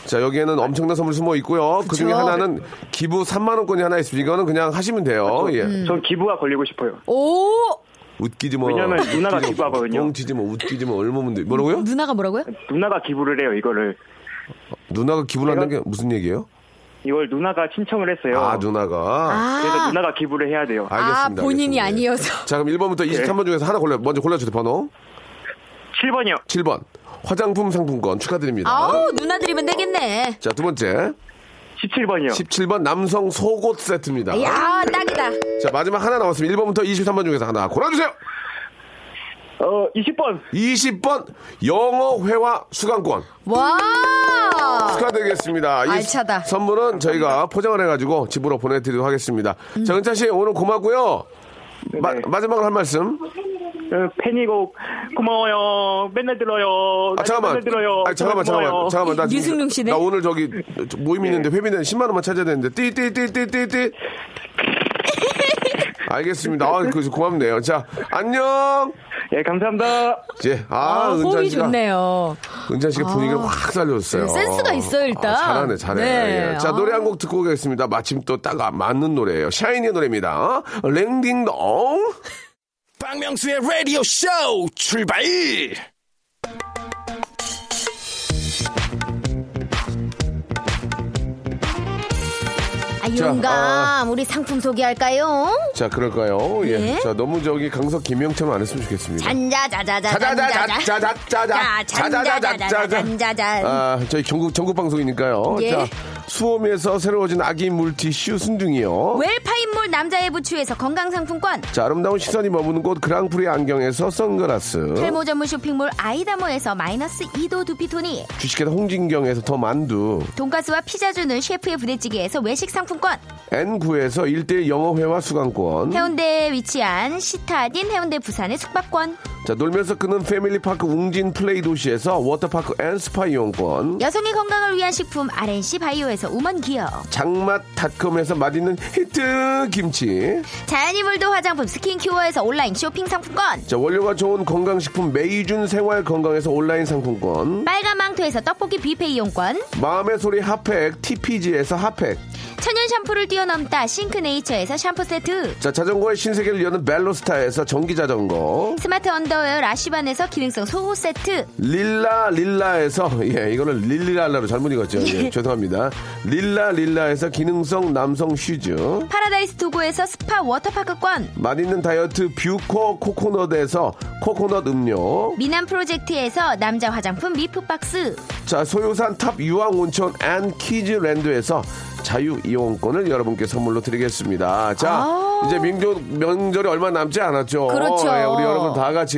Speaker 1: 자, 여기에는 엄청난 선물 숨어 있고요. 그 중에
Speaker 5: 그쵸.
Speaker 1: 하나는 기부 3만원권이 하나 있습니다. 이거는 그냥 하시면 돼요. 예.
Speaker 5: 음.
Speaker 6: 전 기부가 걸리고 싶어요.
Speaker 5: 오
Speaker 1: 웃기지 뭐.
Speaker 6: 음. 왜냐면 누나가
Speaker 1: 웃기지 뭐,
Speaker 6: 기부하거든요.
Speaker 1: 뻥치지 뭐, 웃기지 뭐, 얼마면 돼. 뭐라고요?
Speaker 5: 누나가 뭐라고요?
Speaker 6: 누나가 기부를 해요, 이거를.
Speaker 1: 누나가 기부를 한다는 게 무슨 얘기예요?
Speaker 6: 이걸 누나가 신청을 했어요.
Speaker 1: 아, 누나가.
Speaker 6: 그래서
Speaker 5: 아,
Speaker 6: 누나가 기부를 해야 돼요.
Speaker 1: 알겠습니다.
Speaker 5: 아, 본인이
Speaker 1: 알겠습니다. 예.
Speaker 5: 아니어서.
Speaker 1: 자, 그럼 1번부터 23번 중에서 하나 골라, 먼저 골라주세요, 번호.
Speaker 6: 7번이요.
Speaker 1: 7번. 화장품 상품권 축하드립니다.
Speaker 5: 아우 누나 드리면 되겠네.
Speaker 1: 자, 두 번째.
Speaker 6: 17번이요.
Speaker 1: 17번 남성 속옷 세트입니다.
Speaker 5: 야 딱이다.
Speaker 1: 자, 마지막 하나 남았습니다. 1번부터 23번 중에서 하나 골라주세요!
Speaker 6: 어, 20번.
Speaker 1: 20번 영어 회화 수강권
Speaker 5: 와.
Speaker 1: 축하드리겠습니다. 이
Speaker 5: 알차다.
Speaker 1: 선물은 저희가 포장을 해가지고 집으로 보내드리도록 하겠습니다.
Speaker 5: 음.
Speaker 1: 자, 은찬 씨 오늘 고맙고요. 마,
Speaker 6: 네.
Speaker 1: 마지막으로 한 말씀. 아,
Speaker 6: 어, 팬이고 고마워요. 맨날 들어요.
Speaker 1: 아 잠깐만.
Speaker 6: 맨날 들어요.
Speaker 1: 아 잠깐만 잠깐만
Speaker 6: 고마워요. 네.
Speaker 1: 잠깐만 나 지금-
Speaker 5: 유승룡 씨네.
Speaker 1: 나 오늘 저기 모임 있는데 회비는 10만 원만 찾아야 되는데 띠띠띠띠띠띠. 알겠습니다. 아, 그 고맙네요. 자, 안녕.
Speaker 6: 예, 감사합니다.
Speaker 1: 예.
Speaker 5: 아,
Speaker 1: 아, 은찬
Speaker 5: 호흡이
Speaker 1: 씨가
Speaker 5: 좋네요.
Speaker 1: 그 은찬 씨가 분위기를 확 살려줬어요.
Speaker 5: 네, 센스가 있어요, 일단.
Speaker 1: 아, 잘하네, 잘해.
Speaker 5: 네.
Speaker 1: 예. 자, 노래 한 곡 듣고 오겠습니다. 마침 또 딱 아, 맞는 노래예요. 샤이니의 노래입니다. 랭딩동.
Speaker 3: 박명수의 라디오 쇼 출발!
Speaker 5: 아 용감. 우리 상품 소개할까요?
Speaker 1: 자, 그럴까요? 예.
Speaker 5: 네.
Speaker 1: 자, 너무 저기 강석 김영철만 안 했으면 좋겠습니다.
Speaker 5: 잔자자자자.
Speaker 1: 자자자자자자자. 자자자자자자.
Speaker 5: 잔자자자자자자.
Speaker 1: 아, 저희 전국 전국 방송이니까요.
Speaker 5: 예.
Speaker 1: 자, 수험에서 새로워진 아기 물티슈 순둥이요.
Speaker 5: 웰파인몰 서울 남자의 부추에서 건강상품권
Speaker 1: 자, 아름다운 시선이 머무는 곳 그랑프리 안경에서 선글라스.
Speaker 5: 탈모 전문 쇼핑몰 아이다모에서 마이너스 2도 두피토니
Speaker 1: 주식회사 홍진경에서 더 만두.
Speaker 5: 돈가스와 피자 주는 셰프의 부대찌개에서 외식 상품권
Speaker 1: N9에서 일대일 영어회화 수강권.
Speaker 5: 해운대에 위치한 시타딘 해운대 부산의 숙박권
Speaker 1: 자, 놀면서 끄는 패밀리파크 웅진 플레이 도시에서 워터파크 앤 스파 이용권.
Speaker 5: 여성의 건강을 위한 식품 RNC 바이오에서 우먼 기어
Speaker 1: 장맛닷컴에서 맛있는 히트 김치.
Speaker 5: 자연이물도 화장품 스킨큐어에서 온라인 쇼핑 상품권
Speaker 1: 자, 원료가 좋은 건강식품 메이준 생활 건강에서 온라인 상품권.
Speaker 5: 빨간 망토에서 떡볶이 뷔페 이용권
Speaker 1: 마음의 소리 핫팩 TPG에서 핫팩.
Speaker 5: 천연 샴푸를 뛰어넘다 싱크네이처에서 샴푸 세트
Speaker 1: 자, 자전거의 신세계를 여는 벨로스타에서 전기 자전거.
Speaker 5: 스마트 언더웨어 라쉬반에서 기능성 소호 세트
Speaker 1: 릴라 릴라에서 예 이거는 릴리랄라로 잘못 읽었죠
Speaker 5: 네.
Speaker 1: 예, 죄송합니다 릴라 릴라에서 기능성 남성 슈즈
Speaker 5: 파라다이스 도구에서 스파 워터파크권
Speaker 1: 맛있는 다이어트 뷰코 코코넛에서 코코넛 음료
Speaker 5: 미남 프로젝트에서 남자 화장품 미프박스
Speaker 1: 자 소요산 탑 유황 온천 앤 키즈랜드에서 자유 이용권을 여러분께 선물로 드리겠습니다 자 이제 명절 명절이 얼마 남지 않았죠
Speaker 5: 아. 그렇죠.
Speaker 1: 예, 우리 여러분 다 같이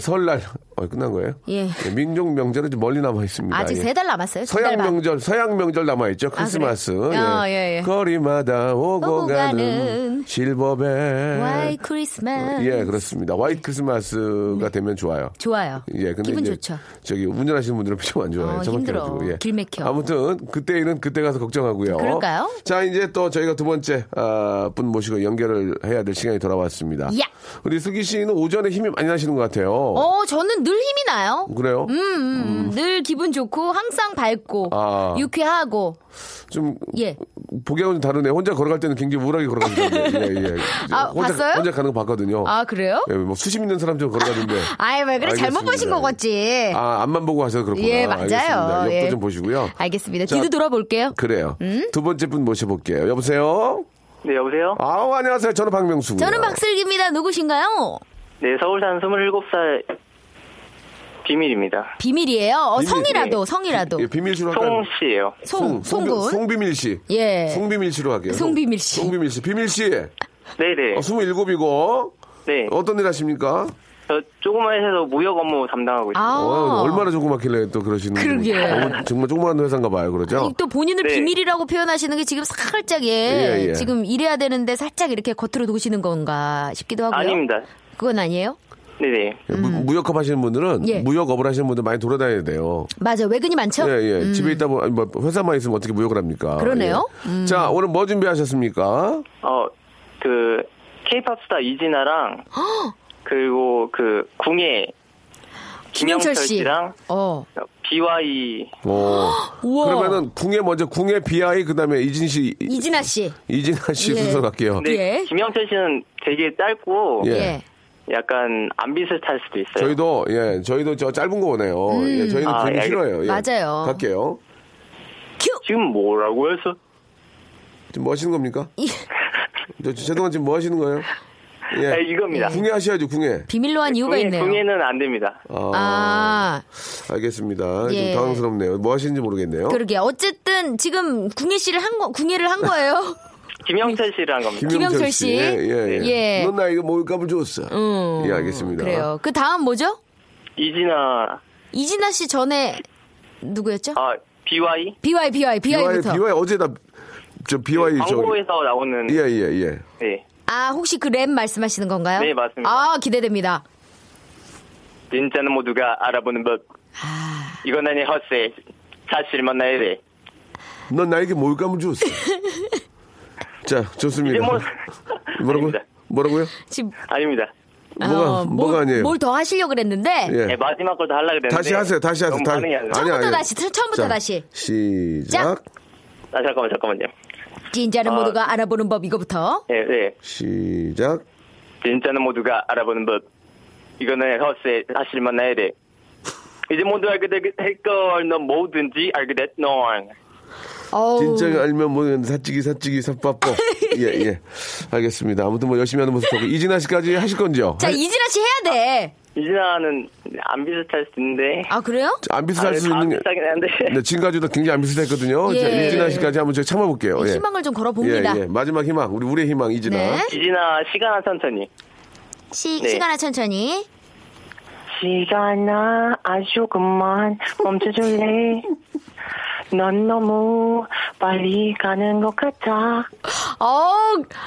Speaker 1: 설날 어, 끝난 거예요
Speaker 5: 예.
Speaker 1: 민족 명절은 좀 멀리 남아 있습니다
Speaker 5: 아직
Speaker 1: 예.
Speaker 5: 세 달 남았어요 두달
Speaker 1: 서양
Speaker 5: 반.
Speaker 1: 명절, 서양 명절 남아있죠. 크리스마스.
Speaker 5: 아, 예, 예.
Speaker 1: 거리마다 오고,
Speaker 5: 오고
Speaker 1: 가는,
Speaker 5: 가는
Speaker 1: 실버벨.
Speaker 5: 와이 크리스마스
Speaker 1: 예, 그렇습니다. 화이트 크리스마스가 되면 좋아요.
Speaker 5: 좋아요
Speaker 1: 예, 근데
Speaker 5: 기분
Speaker 1: 이제
Speaker 5: 좋죠
Speaker 1: 저기 운전하시는 분들은 좀 안 좋아해요.
Speaker 5: 어,
Speaker 1: 저만
Speaker 5: 힘들어.
Speaker 1: 그래가지고, 예.
Speaker 5: 길 막혀.
Speaker 1: 아무튼 그때 일은 그때 가서 걱정하고요.
Speaker 5: 그럴까요?
Speaker 1: 자, 이제 또 저희가 두 번째 아, 분 모시고 연결을 해야 될 시간이 돌아왔습니다.
Speaker 5: 야.
Speaker 1: 우리 슬기 씨는 오전에 힘이 많이 나시는 것 같아요.
Speaker 5: 어 저는 늘 힘이 나요
Speaker 1: 그래요?
Speaker 5: 음, 음, 늘 기분 좋고 항상 밝고
Speaker 1: 아.
Speaker 5: 유쾌하고
Speaker 1: 좀
Speaker 5: 예.
Speaker 1: 보기하고는 다르네. 혼자 걸어갈 때는 굉장히 우울하게 걸어가는데. 예, 예.
Speaker 5: 아,
Speaker 1: 혼자,
Speaker 5: 봤어요?
Speaker 1: 혼자 가는 거 봤거든요.
Speaker 5: 아 그래요?
Speaker 1: 예, 뭐 수십 있는 사람처럼 걸어가는데.
Speaker 5: 아이 왜 그래 잘못
Speaker 1: 알겠습니다.
Speaker 5: 보신 거 같지
Speaker 1: 아, 앞만 보고 하셔서 그렇구나.
Speaker 5: 예, 맞아요.
Speaker 1: 알겠습니다. 옆도
Speaker 5: 예.
Speaker 1: 좀 보시고요.
Speaker 5: 알겠습니다 음?
Speaker 1: 자,
Speaker 5: 뒤도 돌아볼게요
Speaker 1: 그래요. 두 번째 분 모셔볼게요. 여보세요?
Speaker 7: 네, 여보세요?
Speaker 1: 아우, 안녕하세요. 저는 박명수고요. 예.
Speaker 5: 저는 박슬기입니다 누구신가요?
Speaker 7: 네, 서울산 27살 비밀입니다.
Speaker 5: 비밀이에요 어,
Speaker 1: 비밀.
Speaker 5: 성이라도
Speaker 7: 예.
Speaker 5: 성이라도
Speaker 1: 예, 비밀씨로 할까요?
Speaker 7: 송씨예요.
Speaker 5: 송, 송군
Speaker 1: 송비밀씨.
Speaker 5: 예.
Speaker 1: 송비밀씨로 할게요.
Speaker 5: 송비밀씨.
Speaker 1: 송비밀씨. 비밀씨.
Speaker 7: 네네.
Speaker 1: 어, 27이고.
Speaker 7: 네.
Speaker 1: 어떤 일 하십니까?
Speaker 7: 저 조그만 회사에서 무역 업무 담당하고 있어요.
Speaker 5: 아.
Speaker 1: 어, 얼마나 조그맣길래 또 그러시는
Speaker 5: 그러게.
Speaker 1: 분이- 어, 정말 조그만 회사인가 봐요. 그러죠?
Speaker 5: 또 본인을
Speaker 7: 네.
Speaker 5: 비밀이라고 표현하시는 게 지금 살짝 예,
Speaker 1: 예, 예.
Speaker 5: 지금 이래야 되는데 살짝 이렇게 겉으로 두시는 건가 싶기도 하고요.
Speaker 7: 아닙니다.
Speaker 5: 그건 아니에요.
Speaker 7: 네네.
Speaker 1: 예, 무, 무역업 하시는 분들은
Speaker 5: 음. 예.
Speaker 1: 무역업을 하시는 분들 많이 돌아다녀야 돼요.
Speaker 5: 맞아 외근이 많죠.
Speaker 1: 예, 예. 집에 있다 보면 아니, 뭐 회사만 있으면 어떻게 무역을 합니까?
Speaker 5: 음. 그러네요. 음.
Speaker 1: 예. 자, 오늘 뭐 준비하셨습니까?
Speaker 7: 어, 그, 케이팝 스타 이진아랑, 그리고 그, 궁예,
Speaker 5: 김영철 씨.
Speaker 7: 씨랑,
Speaker 5: 어.
Speaker 7: BY,
Speaker 1: 오.
Speaker 5: 우와.
Speaker 1: 어. 그러면은 궁예 먼저 궁예 비아이 그다음에 이진 씨 이-
Speaker 5: 이진아 씨.
Speaker 1: 이진아 씨
Speaker 5: 예.
Speaker 1: 순서 갈게요.
Speaker 7: 근데
Speaker 5: 예.
Speaker 7: 김영철 씨는 되게 짧고,
Speaker 1: 네. 예.
Speaker 5: 예.
Speaker 7: 약간 안 비슷할 수도 있어요.
Speaker 1: 저희도 예, 저희도 저 짧은 거 원해요. 예, 저희는
Speaker 7: 아,
Speaker 1: 되게
Speaker 7: 예, 알겠-
Speaker 1: 싫어요.
Speaker 5: 음.
Speaker 1: 예.
Speaker 5: 맞아요.
Speaker 1: 갈게요.
Speaker 7: 지금 뭐라고 해서?
Speaker 1: 지금 뭐 하시는 겁니까?
Speaker 5: 이-
Speaker 1: 저 죄송한 지금 뭐 하시는 거예요?
Speaker 7: 네,
Speaker 1: 예.
Speaker 7: 이겁니다.
Speaker 1: 궁예 하셔야죠, 궁예.
Speaker 5: 비밀로 한 이유가
Speaker 7: 궁예,
Speaker 5: 있네요.
Speaker 7: 궁예는 안 됩니다.
Speaker 5: 아,
Speaker 1: 알겠습니다.
Speaker 5: 예.
Speaker 1: 좀 당황스럽네요. 뭐 하시는지 모르겠네요.
Speaker 5: 그러게 어쨌든 지금 궁예 씨를 한 거, 궁예를 한 거예요.
Speaker 7: 김영철 씨랑 겁니다.
Speaker 5: 김영철 씨.
Speaker 1: 예, 예, 예.
Speaker 5: 예.
Speaker 1: 넌 나이가 뭘값을 줬어.
Speaker 5: 음.
Speaker 1: 예, 알겠습니다.
Speaker 5: 그래요. 그 다음 뭐죠?
Speaker 7: 이진아,
Speaker 5: 이진아 씨 전에 누구였죠?
Speaker 7: 아, BY?
Speaker 5: BY BY
Speaker 1: 비와이,
Speaker 5: BY부터.
Speaker 1: 비와이 어제 나, 저 비와이 예, 저.
Speaker 7: 네, 광고에서 나오는
Speaker 1: 예, 예, 예.
Speaker 7: 네.
Speaker 5: 아 혹시 그 랩 말씀하시는 건가요?
Speaker 7: 네, 맞습니다.
Speaker 5: 아 기대됩니다.
Speaker 7: 진짜는 모두가 알아보는 법 이건 아니 헛세 사실 만나야
Speaker 1: 예.
Speaker 7: 돼
Speaker 1: 넌 나에게 뭘감을 줬어. 자,
Speaker 7: 이제
Speaker 1: 좋습니다.
Speaker 7: 뭐
Speaker 1: 뭐라고?
Speaker 7: 아닙니다.
Speaker 1: 뭐라고요?
Speaker 5: 지금
Speaker 7: 아닙니다
Speaker 1: 뭐가,
Speaker 5: 어,
Speaker 1: 뭐가 아니에요?
Speaker 5: 뭘 더 하시려 고 그랬는데
Speaker 1: 예.
Speaker 7: 네, 마지막 걸도 하려고 했는데
Speaker 1: 다시 하세요, 다시 하세요.
Speaker 7: 너무
Speaker 1: 다-
Speaker 7: 반응이 안 돼요
Speaker 1: 아니,
Speaker 5: 처음부터
Speaker 1: 아니에요.
Speaker 5: 다시 트- 처음부터
Speaker 1: 자,
Speaker 5: 다시
Speaker 1: 시작.
Speaker 7: 아, 잠깐만 잠깐만요
Speaker 5: 진짜는
Speaker 7: 아.
Speaker 5: 모두가 알아보는 법 이거부터
Speaker 7: 예, 네.
Speaker 1: 시작.
Speaker 7: 진짜는 모두가 알아보는 법 이건 아니 헛세 사실 만나야 돼 이제 모두 알게 될걸넌 뭐든지 알게 됐넌
Speaker 5: 어우.
Speaker 1: 진짜 알면 뭐 사찌기 사찌기 삿바빠. 예, 예. 알겠습니다. 아무튼 뭐 열심히 하는 모습 보고 이진아 씨까지 하실 건지요?
Speaker 5: 자, 이진아 씨 해야 돼.
Speaker 7: 이진아는 안 비슷할 수 있는데.
Speaker 5: 아, 그래요?
Speaker 1: 안 비슷할
Speaker 7: 아,
Speaker 1: 수
Speaker 7: 다
Speaker 1: 있는 게.
Speaker 7: 비슷하긴 한데.
Speaker 1: 네, 지금까지도 굉장히 안 비슷했거든요.
Speaker 5: 예.
Speaker 1: 자, 이진아 씨까지 한번 제가 참아볼게요. 예.
Speaker 5: 희망을 좀 걸어봅니다.
Speaker 1: 예, 예. 마지막 희망. 우리 우리의 희망 이진아.
Speaker 5: 네.
Speaker 7: 이진아 시간아 천천히.
Speaker 5: 시,
Speaker 7: 네.
Speaker 5: 시간아 천천히.
Speaker 7: 시간아 아주 그만 멈춰줄래. 넌 너무 빨리 가는 것 같아.
Speaker 5: 어,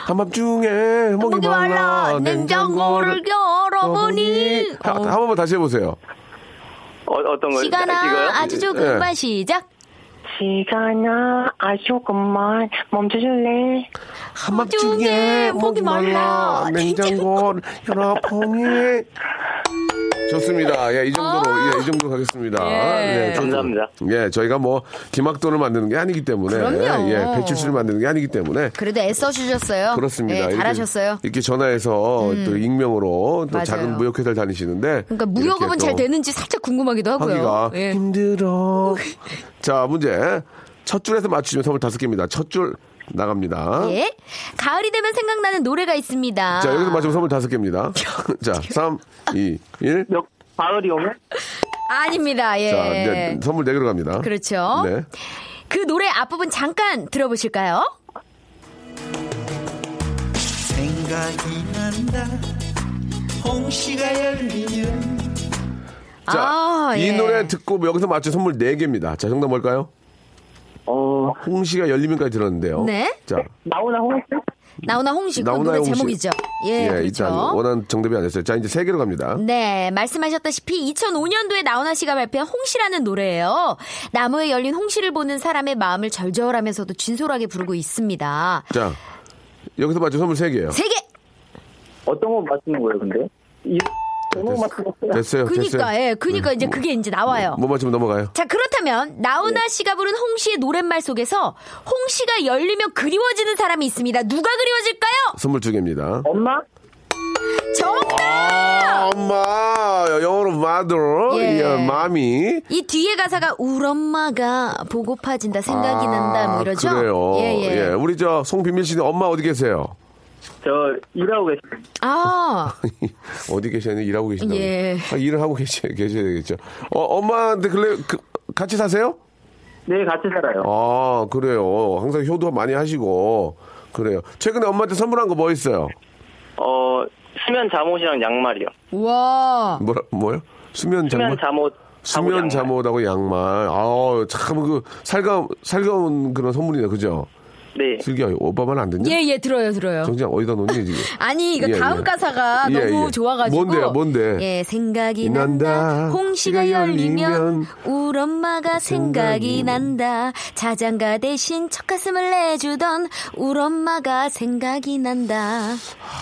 Speaker 1: 한밤중에
Speaker 5: 먹이
Speaker 1: 먹이 말라
Speaker 5: 말라 냉장고를 열어보니
Speaker 1: 하- 한 번만 다시 해보세요.
Speaker 7: 어, 어떤 거요? 아, 이거요?
Speaker 5: 시간아 아주 조금만
Speaker 1: 예.
Speaker 5: 시작.
Speaker 7: 시간아 아주 그만 멈춰줄래.
Speaker 1: 한밤중에
Speaker 5: 어, 목이
Speaker 1: 목이
Speaker 5: 말라
Speaker 1: 말라 냉장고를 열어보니 좋습니다. 예, 이 정도로 예, 이 정도 가겠습니다.
Speaker 5: 아. 예.
Speaker 1: 좀-
Speaker 7: 감사합니다.
Speaker 1: 예, 저희가 뭐 기막돈을 만드는 게 아니기 때문에
Speaker 5: 그럼요.
Speaker 1: 예, 배칠수를 만드는 게 아니기 때문에
Speaker 5: 그래도 애써 주셨어요.
Speaker 1: 그렇습니다.
Speaker 5: 예,
Speaker 1: 이렇게-
Speaker 5: 잘하셨어요. 음.
Speaker 1: 이렇게, 전화해서 또 익명으로 또
Speaker 5: 맞아요.
Speaker 1: 작은 무역회사를 다니시는데
Speaker 5: 그러니까
Speaker 1: 이렇게
Speaker 5: 무역업은
Speaker 1: 또
Speaker 5: 잘 되는지 살짝 궁금하기도 하고요.
Speaker 1: 하기가 음.
Speaker 5: 예.
Speaker 1: 힘들어. 자, 문제. 첫 줄에서 맞추시면 선물 다섯 개입니다. 첫 줄 나갑니다.
Speaker 5: 예. 가을이 되면 생각나는 노래가 있습니다.
Speaker 1: 자, 여기서 맞추면 선물 다섯 개입니다. 자, 3, 2, 1.
Speaker 5: 네.
Speaker 7: 몇 가을이 오면?
Speaker 5: 아닙니다. 예.
Speaker 1: 자, 이제 선물 네 개로 갑니다.
Speaker 5: 그렇죠.
Speaker 1: 네.
Speaker 5: 그 노래 앞부분 잠깐 들어보실까요?
Speaker 3: 생각이 난다. 홍시가 열리면
Speaker 1: 자,
Speaker 5: 아,
Speaker 1: 이
Speaker 5: 예.
Speaker 1: 노래 듣고 여기서 맞추 선물 네 개입니다. 자, 정답 뭘까요?
Speaker 7: 어
Speaker 1: 홍시가 열리면까지 들었는데요.
Speaker 5: 네.
Speaker 1: 자,
Speaker 7: 나오나 홍수?
Speaker 5: 나훈아 홍시 그
Speaker 1: 나훈아의
Speaker 5: 노래
Speaker 1: 홍시.
Speaker 5: 제목이죠. 예,
Speaker 1: 예,
Speaker 5: 그렇죠.
Speaker 1: 일단 원하는 정답이 아니었어요. 자, 이제 세 개로 갑니다.
Speaker 5: 네, 말씀하셨다시피 2005년도에 나훈아 씨가 발표한 홍시라는 노래예요. 나무에 열린 홍시를 보는 사람의 마음을 절절하면서도 진솔하게 부르고 있습니다.
Speaker 1: 자, 여기서 맞추 선물 세 개예요.
Speaker 5: 세 개.
Speaker 7: 어떤 거 맞추는 거예요, 근데? 이 제목 맞추는 거예요?
Speaker 1: 됐어요. 됐어요. 음. 뭐,
Speaker 5: 그니까 예, 그니까 이제 그게 이제 나와요.
Speaker 1: 못 맞추면 넘어가요.
Speaker 5: 자, 그렇다면
Speaker 1: 네.
Speaker 5: 나훈아 씨가 부른 홍시의 노랫말 속에서 홍시가 열리면 그리워지는 사람이 있습니다. 누가 그리워질까요?
Speaker 1: 선물 두 개입니다.
Speaker 7: 엄마?
Speaker 5: 정답.
Speaker 1: 아, 엄마 영어로 mother,
Speaker 5: 예.
Speaker 1: 예, mommy.
Speaker 5: 이 뒤에 가사가 울 엄마가 보고파진다 생각이
Speaker 1: 아,
Speaker 5: 난다 뭐 이러죠.
Speaker 1: 그래요.
Speaker 5: 예, 예.
Speaker 1: 우리 저 송비밀 씨는 엄마 어디 계세요?
Speaker 7: 저 일하고 계십니다.
Speaker 5: 아,
Speaker 1: 어디 계시는 일하고 계신다고.
Speaker 5: 예.
Speaker 1: 아, 일을 하고 계셔 계셔야 되겠죠. 어, 엄마한테 근래 그, 같이 사세요?
Speaker 7: 네, 같이 살아요.
Speaker 1: 아, 그래요. 항상 효도 많이 하시고 그래요. 최근에 엄마한테 선물한 거 뭐 있어요?
Speaker 7: 어, 수면 잠옷이랑 양말이요.
Speaker 5: 와.
Speaker 1: 뭐라 뭐요? 수면
Speaker 7: 수면
Speaker 1: 잠옷.
Speaker 7: 잠옷.
Speaker 1: 수면
Speaker 7: 양말.
Speaker 1: 잠옷하고 양말. 아, 참 그 살가 살가운 그런 선물이네, 그죠?
Speaker 7: 네.
Speaker 1: 슬기야, 오빠만 안 듣냐?
Speaker 5: 예, 예, 들어요, 들어요.
Speaker 1: 정작 어디다 놓니 지금?
Speaker 5: 아니, 이거
Speaker 1: 예,
Speaker 5: 다음
Speaker 1: 예.
Speaker 5: 가사가
Speaker 1: 예,
Speaker 5: 너무
Speaker 1: 예.
Speaker 5: 좋아가지고.
Speaker 1: 뭔데요, 뭔데?
Speaker 5: 예, 생각이 난다.
Speaker 1: 난다.
Speaker 5: 홍시가
Speaker 1: 시가
Speaker 5: 열리면
Speaker 1: 열리면
Speaker 5: 울 엄마가 생각이
Speaker 1: 생각이
Speaker 5: 난다. 자장가 대신 척가슴을 내주던 울 엄마가 생각이 난다.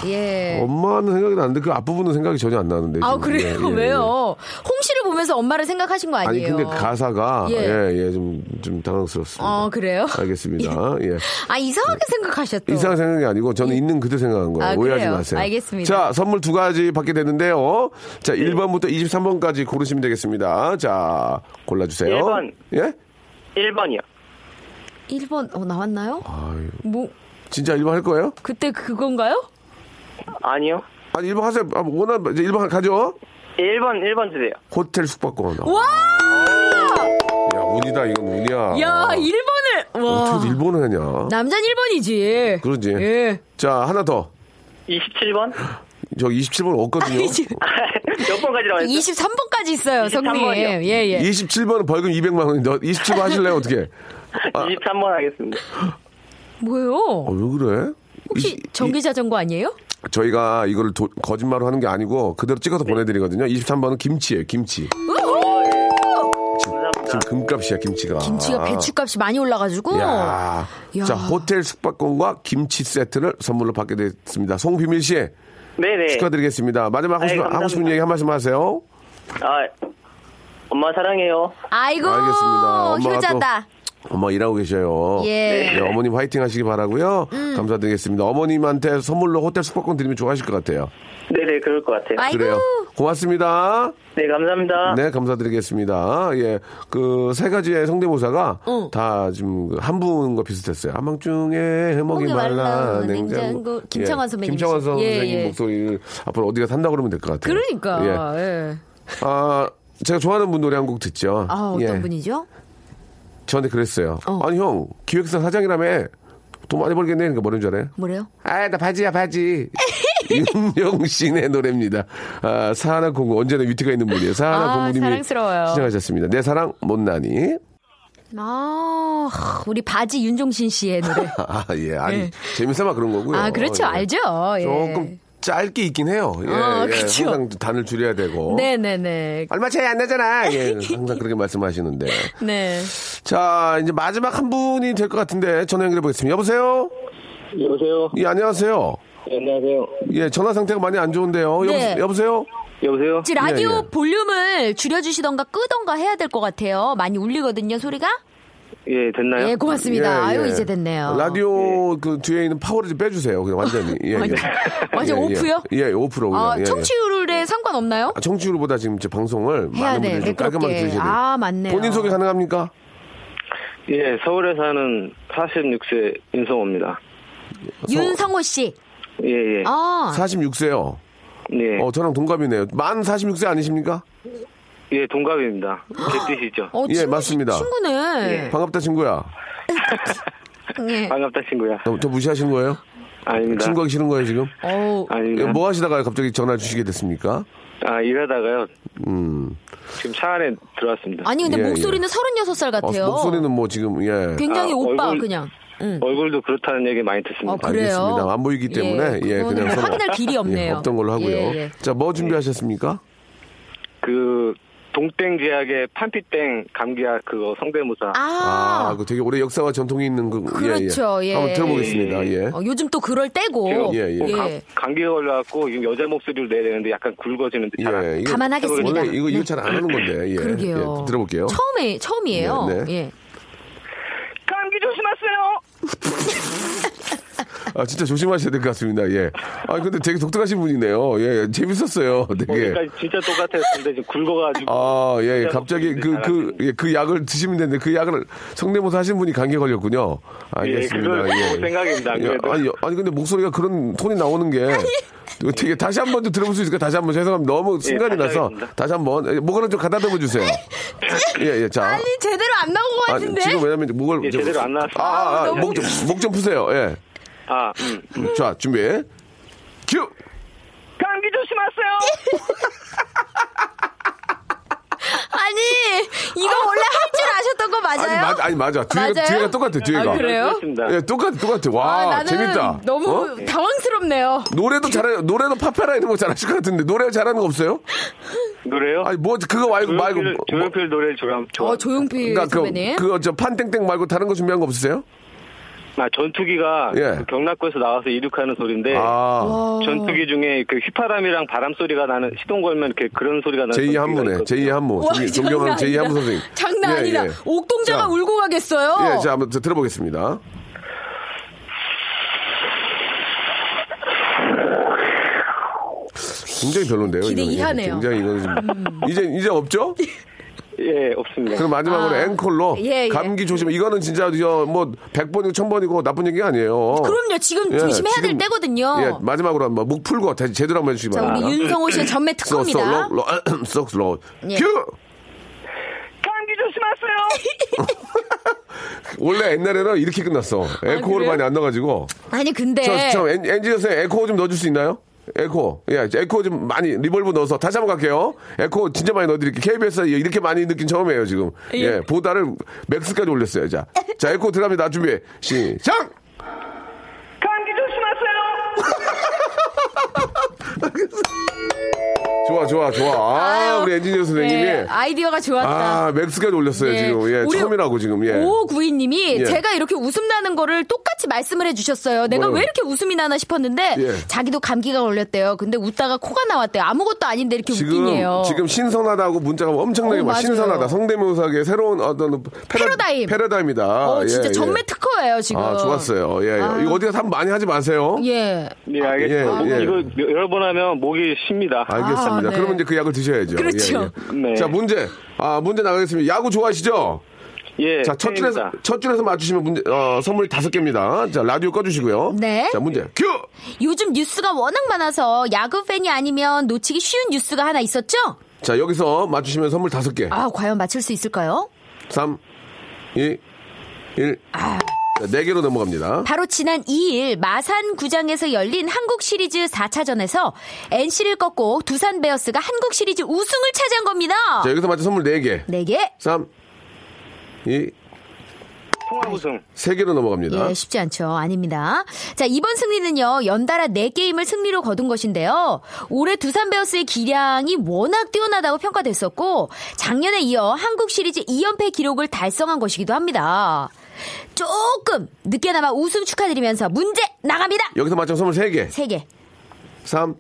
Speaker 5: 예.
Speaker 1: 엄마는 생각이 나는데 그 앞부분은 생각이 전혀 안 나는데.
Speaker 5: 아,
Speaker 1: 지금.
Speaker 5: 그래요?
Speaker 1: 예, 예, 예.
Speaker 5: 왜요? 홍시를 보면서 엄마를 생각하신 거
Speaker 1: 아니
Speaker 5: 아니에요?
Speaker 1: 근데 그 가사가
Speaker 5: 예.
Speaker 1: 예예 좀 좀 당황스럽습니다.
Speaker 5: 어, 그래요?
Speaker 1: 알겠습니다. 예.
Speaker 5: 아, 이상하게 생각하셨다.
Speaker 1: 이상한 생각이 아니고 저는 있는 그대 생각한 거예요.
Speaker 5: 예. 아,
Speaker 1: 오해하지
Speaker 5: 그래요?
Speaker 1: 마세요.
Speaker 5: 알겠습니다. 예.
Speaker 1: 자, 선물 두 가지 받게 되는데요. 자, 1번부터 23번까지 고르시면 되겠습니다. 자, 골라 주세요.
Speaker 7: 일 번.
Speaker 1: 예?
Speaker 7: 1번이요.
Speaker 5: 1번, 어, 나왔나요?
Speaker 1: 아유,
Speaker 5: 뭐,
Speaker 1: 진짜 1번 할 거예요?
Speaker 5: 그때 그건가요?
Speaker 7: 아니요.
Speaker 1: 아니, 1번 하세요. 아, 원한 이제 1번 가죠.
Speaker 7: 1번, 1번 주세요.
Speaker 1: 호텔 숙박권. 아,
Speaker 5: 와!
Speaker 1: 야, 운이다. 이건 운이야.
Speaker 5: 야, 1번을! 와.
Speaker 1: 아. 어떻게 1번을 하냐?
Speaker 5: 남자는 1번이지.
Speaker 1: 그러지. 어.
Speaker 5: 예.
Speaker 1: 자, 하나 더.
Speaker 7: 27번?
Speaker 1: 저 27번 없거든요.
Speaker 5: 아니, 지금
Speaker 7: 몇
Speaker 1: 그러니까
Speaker 7: 번까지라고 했어요?
Speaker 5: 23번까지 있어요, 성님.
Speaker 7: 23번 이요.
Speaker 5: 예, 예.
Speaker 1: 27번은 벌금 200만 원인데 27번 하실래요? 어떻게? 아,
Speaker 7: 23번 하겠습니다.
Speaker 1: 어,
Speaker 5: 뭐요?
Speaker 1: 왜 그래?
Speaker 5: 혹시
Speaker 1: 이- 이-
Speaker 5: 전기자전거 아니에요?
Speaker 1: 저희가 이걸 도- 거짓말로 하는 게 아니고 그대로 찍어서
Speaker 5: 네.
Speaker 1: 보내드리거든요. 23번은 김치예요, 김치. 지금 금값이야, 김치가.
Speaker 5: 김치가 배추값이 많이 올라가지고.
Speaker 1: 아. 야.
Speaker 5: 야.
Speaker 1: 자, 호텔 숙박권과 김치 세트를 선물로 받게 됐습니다. 송비밀 씨
Speaker 7: 네네.
Speaker 1: 축하드리겠습니다. 마지막 하고
Speaker 7: 아이,
Speaker 1: 싶은, 하고 싶은
Speaker 7: 감사합니다.
Speaker 1: 얘기 한 말씀 하세요.
Speaker 7: 아, 엄마 사랑해요.
Speaker 5: 아이고,
Speaker 1: 알겠습니다. 엄마가
Speaker 5: 효자다.
Speaker 1: 또 엄마 일하고 계셔요.
Speaker 5: 예. 음.
Speaker 1: 네, 어머님 화이팅 하시기 바라고요. 감사드리겠습니다. 어머님한테 선물로 호텔 숙박권 드리면 좋아하실 것 같아요.
Speaker 7: 네네, 그럴 것 같아요.
Speaker 5: 아이고, 아.
Speaker 1: 그래요. 예. 고맙습니다.
Speaker 7: 네, 감사합니다.
Speaker 1: 네, 감사드리겠습니다. 예. 그 세 가지의 성대모사가 다 지금 그한 분과 비슷했어요. 한방중에 해먹이
Speaker 5: 해먹이
Speaker 1: 말라
Speaker 5: 말라, 뭐
Speaker 1: 냉장고. 예,
Speaker 5: 냉장고. 김창완 선배님.
Speaker 1: 김창완 선배님
Speaker 5: 예, 예.
Speaker 1: 목소리를 앞으로 어디 가서 한다 그러면 될 것 같아요.
Speaker 5: 그러니까. 예.
Speaker 1: 예. 아, 제가 좋아하는 분 노래 한 곡 듣죠.
Speaker 5: 아, 어떤
Speaker 1: 예.
Speaker 5: 분이죠?
Speaker 1: 저한테 그랬어요.
Speaker 5: 어.
Speaker 1: 아니 형 기획사 사장이라며 돈 많이 벌겠네. 그러니까 뭐라는 줄 알아요?
Speaker 5: 뭐래요?
Speaker 1: 아, 나 바지야, 바지. 윤용신의 노래입니다. 아, 사하나 공구. 언제나 위트가 있는 분이에요. 사하나
Speaker 5: 아,
Speaker 1: 공구님이
Speaker 5: 사랑스러워요.
Speaker 1: 시청하셨습니다. 내 사랑 못나니.
Speaker 5: 아, 우리 바지 윤종신 씨의 노래.
Speaker 1: 아, 예. 아니, 재밌어만 그런 거고요.
Speaker 5: 네. 아, 그렇죠.
Speaker 1: 예.
Speaker 5: 알죠. 예.
Speaker 1: 조금 짧게 있긴 해요. 예.
Speaker 5: 어,
Speaker 1: 예.
Speaker 5: 그쵸.
Speaker 1: 항상 단을 줄여야 되고.
Speaker 5: 네네네.
Speaker 1: 얼마 차이 안 나잖아. 예. 항상 그렇게 말씀하시는데.
Speaker 5: 네.
Speaker 1: 자, 이제 마지막 한 분이 될 것 같은데 전화 연결해 보겠습니다. 여보세요?
Speaker 7: 여보세요? 네,
Speaker 1: 예, 안녕하세요.
Speaker 7: 안녕하세요.
Speaker 1: 예, 전화 상태가 많이 안 좋은데요.
Speaker 5: 네.
Speaker 1: 여보, 여보세요?
Speaker 7: 여보세요?
Speaker 5: 혹시 라디오
Speaker 1: 예, 예.
Speaker 5: 볼륨을 줄여주시던가 끄던가 해야 될 것 같아요. 많이 울리거든요, 소리가?
Speaker 7: 예, 됐나요?
Speaker 5: 예, 고맙습니다.
Speaker 1: 예, 예.
Speaker 5: 아유, 이제 됐네요.
Speaker 1: 라디오 그 뒤에 있는 파워를 좀 빼주세요. 그냥 완전히. 예, 예.
Speaker 5: 완전- 완전 오프요?
Speaker 1: 예, 예, 오프로. 그냥.
Speaker 5: 아,
Speaker 1: 예, 예.
Speaker 5: 청취율에 상관없나요?
Speaker 1: 아, 청취율보다 지금 제 방송을
Speaker 5: 해야
Speaker 1: 아, 많은
Speaker 5: 돼.
Speaker 1: 분들이 좀 깔끔하게
Speaker 5: 매끄럽게.
Speaker 1: 들으셔야 돼요.
Speaker 5: 아, 맞네요.
Speaker 1: 본인 소개 가능합니까?
Speaker 7: 예, 서울에 사는 46세 윤성호입니다.
Speaker 5: 윤성호 씨.
Speaker 7: 예, 예.
Speaker 5: 아,
Speaker 1: 46세요.
Speaker 7: 예.
Speaker 1: 어, 저랑 동갑이네요. 만 46세 아니십니까?
Speaker 7: 예, 동갑입니다. 제 뜻이죠.
Speaker 5: 어,
Speaker 1: 예,
Speaker 5: 친구,
Speaker 1: 맞습니다.
Speaker 5: 친구네.
Speaker 1: 반갑다, 친구야.
Speaker 5: 예.
Speaker 7: 반갑다, 친구야.
Speaker 1: 저, 저 무시하신 거예요?
Speaker 7: 아닙니다.
Speaker 1: 친구하기 싫은 거예요, 지금?
Speaker 5: 어우,
Speaker 1: 예,
Speaker 7: 아닙니다.
Speaker 1: 뭐 하시다가 갑자기 전화 주시게 됐습니까?
Speaker 7: 아, 일하다가요.
Speaker 1: 음.
Speaker 7: 지금 차 안에 들어왔습니다.
Speaker 5: 아니, 근데
Speaker 1: 예,
Speaker 5: 목소리는 36살
Speaker 1: 어,
Speaker 5: 같아요.
Speaker 1: 목소리는 뭐 지금, 예.
Speaker 5: 굉장히
Speaker 7: 아,
Speaker 5: 오빠,
Speaker 7: 얼굴-
Speaker 5: 그냥. 응.
Speaker 7: 얼굴도 그렇다는 얘기 많이 듣습니다.
Speaker 5: 어, 그래요?
Speaker 1: 알겠습니다. 안 보이기 때문에, 예,
Speaker 5: 그거는
Speaker 1: 그냥 서로-
Speaker 5: 확인할 길이 없네요.
Speaker 1: 예, 없던 걸로 하고요.
Speaker 5: 예, 예.
Speaker 1: 자, 뭐 준비하셨습니까?
Speaker 7: 그 동땡 제약의 판피땡 감기약 그거 성대모사.
Speaker 5: 아,
Speaker 1: 아, 그 되게 오래 역사와 전통이 있는 그
Speaker 5: 그렇죠, 예.
Speaker 1: 한번 들어보겠습니다. 예.
Speaker 5: 어, 요즘 또 그럴 때고.
Speaker 7: 제가
Speaker 1: 예, 예.
Speaker 7: 뭐 감-
Speaker 5: 예.
Speaker 7: 감기에 걸려갖고 이거 여자 목소리로 내야 되는데 약간 굵어지는데 잘 안-
Speaker 1: 예. 이거
Speaker 5: 아, 감안하겠습니다. 네,
Speaker 1: 원래 이거 이거 잘 안 하는 건데. 예.
Speaker 5: 그러게요.
Speaker 1: 예, 들어볼게요.
Speaker 5: 처음에 처음이에요.
Speaker 1: 네, 네.
Speaker 5: 예.
Speaker 7: 감기 조심하세요.
Speaker 1: 아, 진짜 조심하셔야 될 것 같습니다. 예. 아, 근데 되게 독특하신 분이네요. 예. 재밌었어요. 되게.
Speaker 7: 그러니까 진짜 똑같았는데 지금
Speaker 1: 예.
Speaker 7: 굵어가지고.
Speaker 1: 아, 예, 예. 갑자기 그, 그, 예, 그 약을 드시면 되는데 그 약을 성대모사 하신 분이 감기에 걸렸군요. 알겠습니다.
Speaker 7: 예, 그걸
Speaker 1: 예.
Speaker 7: 생각입니다, 안
Speaker 1: 예,
Speaker 7: 그래도.
Speaker 1: 아니, 아니, 근데 목소리가 그런 톤이 나오는 게 되게 다시 한 번 더 들어볼 수 있을까? 다시 한 번 죄송합니다. 너무 순간이
Speaker 7: 다시
Speaker 1: 나서
Speaker 7: 하겠습니다.
Speaker 1: 다시 한 번. 예, 목을 좀 가다듬어 주세요. 예, 예. 자.
Speaker 5: 아니 제대로 안 나온 것
Speaker 1: 아,
Speaker 5: 같은데.
Speaker 1: 지금 왜냐면 이제 목을
Speaker 7: 예,
Speaker 1: 좀-
Speaker 7: 제대로 안 나왔어.
Speaker 1: 아, 아, 아,
Speaker 5: 아우, 너무
Speaker 1: 목 좀, 목 좀 푸세요. 예.
Speaker 7: 아, 음.
Speaker 1: 자, 준비. 큐!
Speaker 7: 감기 조심하세요.
Speaker 5: 아니 이거 원래 할 줄 아셨던 거
Speaker 1: 아니,
Speaker 5: 맞아요?
Speaker 1: 마, 아니 맞아. 뒤에,
Speaker 5: 맞아요?
Speaker 1: 뒤에가 똑같아. 뒤에가.
Speaker 5: 아, 그래요?
Speaker 7: 그렇습니다.
Speaker 1: 예, 똑같아. 똑같아. 와,
Speaker 5: 아, 나는
Speaker 1: 재밌다.
Speaker 5: 너무
Speaker 1: 어?
Speaker 5: 당황스럽네요.
Speaker 1: 노래도 잘해 노래도 파페라 이런 거 잘하실 것 같은데 노래 잘하는 거 없어요?
Speaker 7: 노래요?
Speaker 1: 아니 뭐 그거 말고 말고
Speaker 7: 어. 조용필,
Speaker 1: 뭐-
Speaker 7: 조용필 노래를 좋아. 좋아.
Speaker 5: 어 조용필
Speaker 1: 그러니까
Speaker 5: 선배님.
Speaker 1: 그 그거 저 판땡땡 말고 다른 거 준비한 거 없으세요?
Speaker 7: 아, 전투기가
Speaker 1: 예.
Speaker 7: 그 경락고에서 나와서 이륙하는 소리인데
Speaker 1: 아
Speaker 7: 전투기 중에 그 휘파람이랑 바람 소리가 나는 시동 걸면 이렇게 그런 소리가 나는
Speaker 1: 제2
Speaker 7: 전투기가
Speaker 1: 한문에
Speaker 7: 있거든요.
Speaker 1: 제2 한문
Speaker 5: 와,
Speaker 1: 존-
Speaker 5: 장난
Speaker 1: 존경하는
Speaker 5: 아니다.
Speaker 1: 제2 한문 선생님
Speaker 5: 장난
Speaker 1: 예,
Speaker 5: 아니다.
Speaker 1: 예.
Speaker 5: 옥동자가
Speaker 1: 자,
Speaker 5: 울고 가겠어요.
Speaker 1: 예, 자 한번 들어보겠습니다. 굉장히 별론데요.
Speaker 5: 기대
Speaker 1: 이거는.
Speaker 5: 이하네요. 음.
Speaker 1: 굉장히 이거는 좀- 이제 이제 없죠?
Speaker 7: 예, 없습니다.
Speaker 1: 그럼 마지막으로
Speaker 5: 아.
Speaker 1: 앵콜로
Speaker 5: 예, 예.
Speaker 1: 감기 조심. 이거는 진짜 저 뭐 100번이고 1000번이고 나쁜 얘기가 아니에요.
Speaker 5: 그럼요. 지금 조심해야 될
Speaker 1: 어. 예, 지금-
Speaker 5: 때거든요.
Speaker 1: 예, 아. 마지막으로 한번 목 풀고 다시 제대로 한번 해주시기
Speaker 5: 자 우리
Speaker 1: 바랍니다.
Speaker 5: 윤성호 씨의 전매 특허입니다.
Speaker 1: 쏙쏙로
Speaker 5: 예.
Speaker 1: 큐!
Speaker 7: 감기 조심하세요.
Speaker 1: 원래 옛날에는 이렇게 끝났어. 에코를
Speaker 5: 아, 그래요? 예.
Speaker 1: 많이 안 넣어가지고.
Speaker 5: 아니 근데
Speaker 1: 저, 저 엔- 엔지니어 선생님 에코 좀 넣어줄 수 있나요? 에코. 예, 에코 좀 많이 리벌브 넣어서 다시 한번 갈게요. 에코 진짜 많이 넣어드릴게요. KBS에서 이렇게 많이 느낀 처음이에요, 지금. 예, 보다를 맥스까지 올렸어요. 자, 자 에코 들어갑니다. 준비, 시작!
Speaker 7: 감기 조심하세요.
Speaker 1: 좋아, 좋아, 좋아. 아, 우리 엔지니어 선생님이.
Speaker 5: 네, 아이디어가 좋았다.
Speaker 1: 아, 맥스까지 올렸어요,
Speaker 5: 네.
Speaker 1: 지금. 예,
Speaker 5: 우리
Speaker 1: 처음이라고 지금, 예.
Speaker 5: 오구이님이
Speaker 1: 예.
Speaker 5: 제가 이렇게 웃음 나는 거를 똑같이 말씀을 해주셨어요. 내가
Speaker 1: 뭐요?
Speaker 5: 왜 이렇게 웃음이 나나 싶었는데
Speaker 1: 예.
Speaker 5: 자기도 감기가 걸렸대요. 근데 웃다가 코가 나왔대요. 아무것도 아닌데 이렇게 웃기네요.
Speaker 1: 지금 지금 신선하다고 문자가 엄청나게
Speaker 5: 오,
Speaker 1: 와.
Speaker 5: 맞아요.
Speaker 1: 신선하다 성대모사계 새로운 어떤 패러,
Speaker 5: 패러다임.
Speaker 1: 패러다임이다.
Speaker 5: 어, 진짜
Speaker 1: 예, 예.
Speaker 5: 전매 특허예요 지금.
Speaker 1: 아 좋았어요. 예, 예.
Speaker 5: 아.
Speaker 1: 이거 어디가 탐 많이 하지 마세요.
Speaker 5: 예.
Speaker 7: 예, 알겠습니다.
Speaker 1: 아, 예, 예.
Speaker 7: 이거 여러 번 하면
Speaker 8: 하면 목이 쉽니다.
Speaker 1: 알겠습니다.
Speaker 8: 아, 네.
Speaker 1: 그러면 이제 그 약을 드셔야죠.
Speaker 8: 그렇죠.
Speaker 1: 예, 예.
Speaker 8: 네.
Speaker 1: 자, 문제. 아, 문제 나가겠습니다. 야구 좋아하시죠?
Speaker 8: 예.
Speaker 1: 자, 첫 줄에서,
Speaker 8: 팬입니다.
Speaker 1: 첫 줄에서 맞추시면 문제, 어, 선물 다섯 개입니다. 자, 라디오 꺼주시고요.
Speaker 5: 네.
Speaker 1: 자, 문제. 큐!
Speaker 5: 요즘 뉴스가 워낙 많아서 야구 팬이 아니면 놓치기 쉬운 뉴스가 하나 있었죠?
Speaker 1: 자, 여기서 맞추시면 선물 다섯 개.
Speaker 5: 아, 과연 맞출 수 있을까요?
Speaker 1: 3, 2, 1.
Speaker 5: 아.
Speaker 1: 자, 네 개로 넘어갑니다.
Speaker 5: 바로 지난 2일 마산 구장에서 열린 한국 시리즈 4차전에서 NC를 꺾고 두산 베어스가 한국 시리즈 우승을 차지한 겁니다.
Speaker 1: 자, 여기서 맞춰 선물 네 개.
Speaker 5: 네 개.
Speaker 1: 3, 2,
Speaker 8: 통합 우승.
Speaker 1: 세개로 넘어갑니다.
Speaker 5: 예, 쉽지 않죠. 아닙니다. 자, 이번 승리는요, 연달아 네게임을 승리로 거둔 것인데요. 올해 두산 베어스의 기량이 워낙 뛰어나다고 평가됐었고, 작년에 이어 한국 시리즈 2연패 기록을 달성한 것이기도 합니다. 조금 늦게나마 우승 축하드리면서 문제 나갑니다!
Speaker 1: 여기서 맞춰 선물 세개
Speaker 5: 세개
Speaker 1: 3,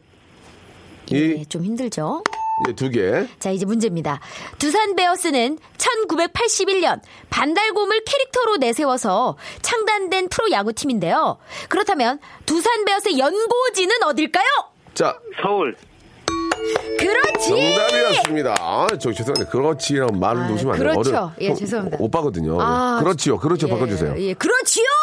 Speaker 5: 예, 좀 힘들죠.
Speaker 1: 이제 두개
Speaker 5: 자, 이제 문제입니다. 두산 베어스는 1981년 반달곰을 캐릭터로 내세워서 창단된 프로 야구팀인데요. 그렇다면 두산 베어스의 연고지는 어딜까요?
Speaker 1: 자,
Speaker 8: 서울.
Speaker 5: 그렇지! 예.
Speaker 1: 정답이었습니다. 아, 저 죄송한데 그렇지라고 말을 놓으시면 안 돼요.
Speaker 5: 그렇죠.
Speaker 1: 어려-
Speaker 5: 예, 죄송합니다.
Speaker 1: 오빠거든요.
Speaker 5: 아,
Speaker 1: 예. 그렇지요. 그렇죠.
Speaker 5: 예,
Speaker 1: 바꿔주세요.
Speaker 5: 예, 그렇지요!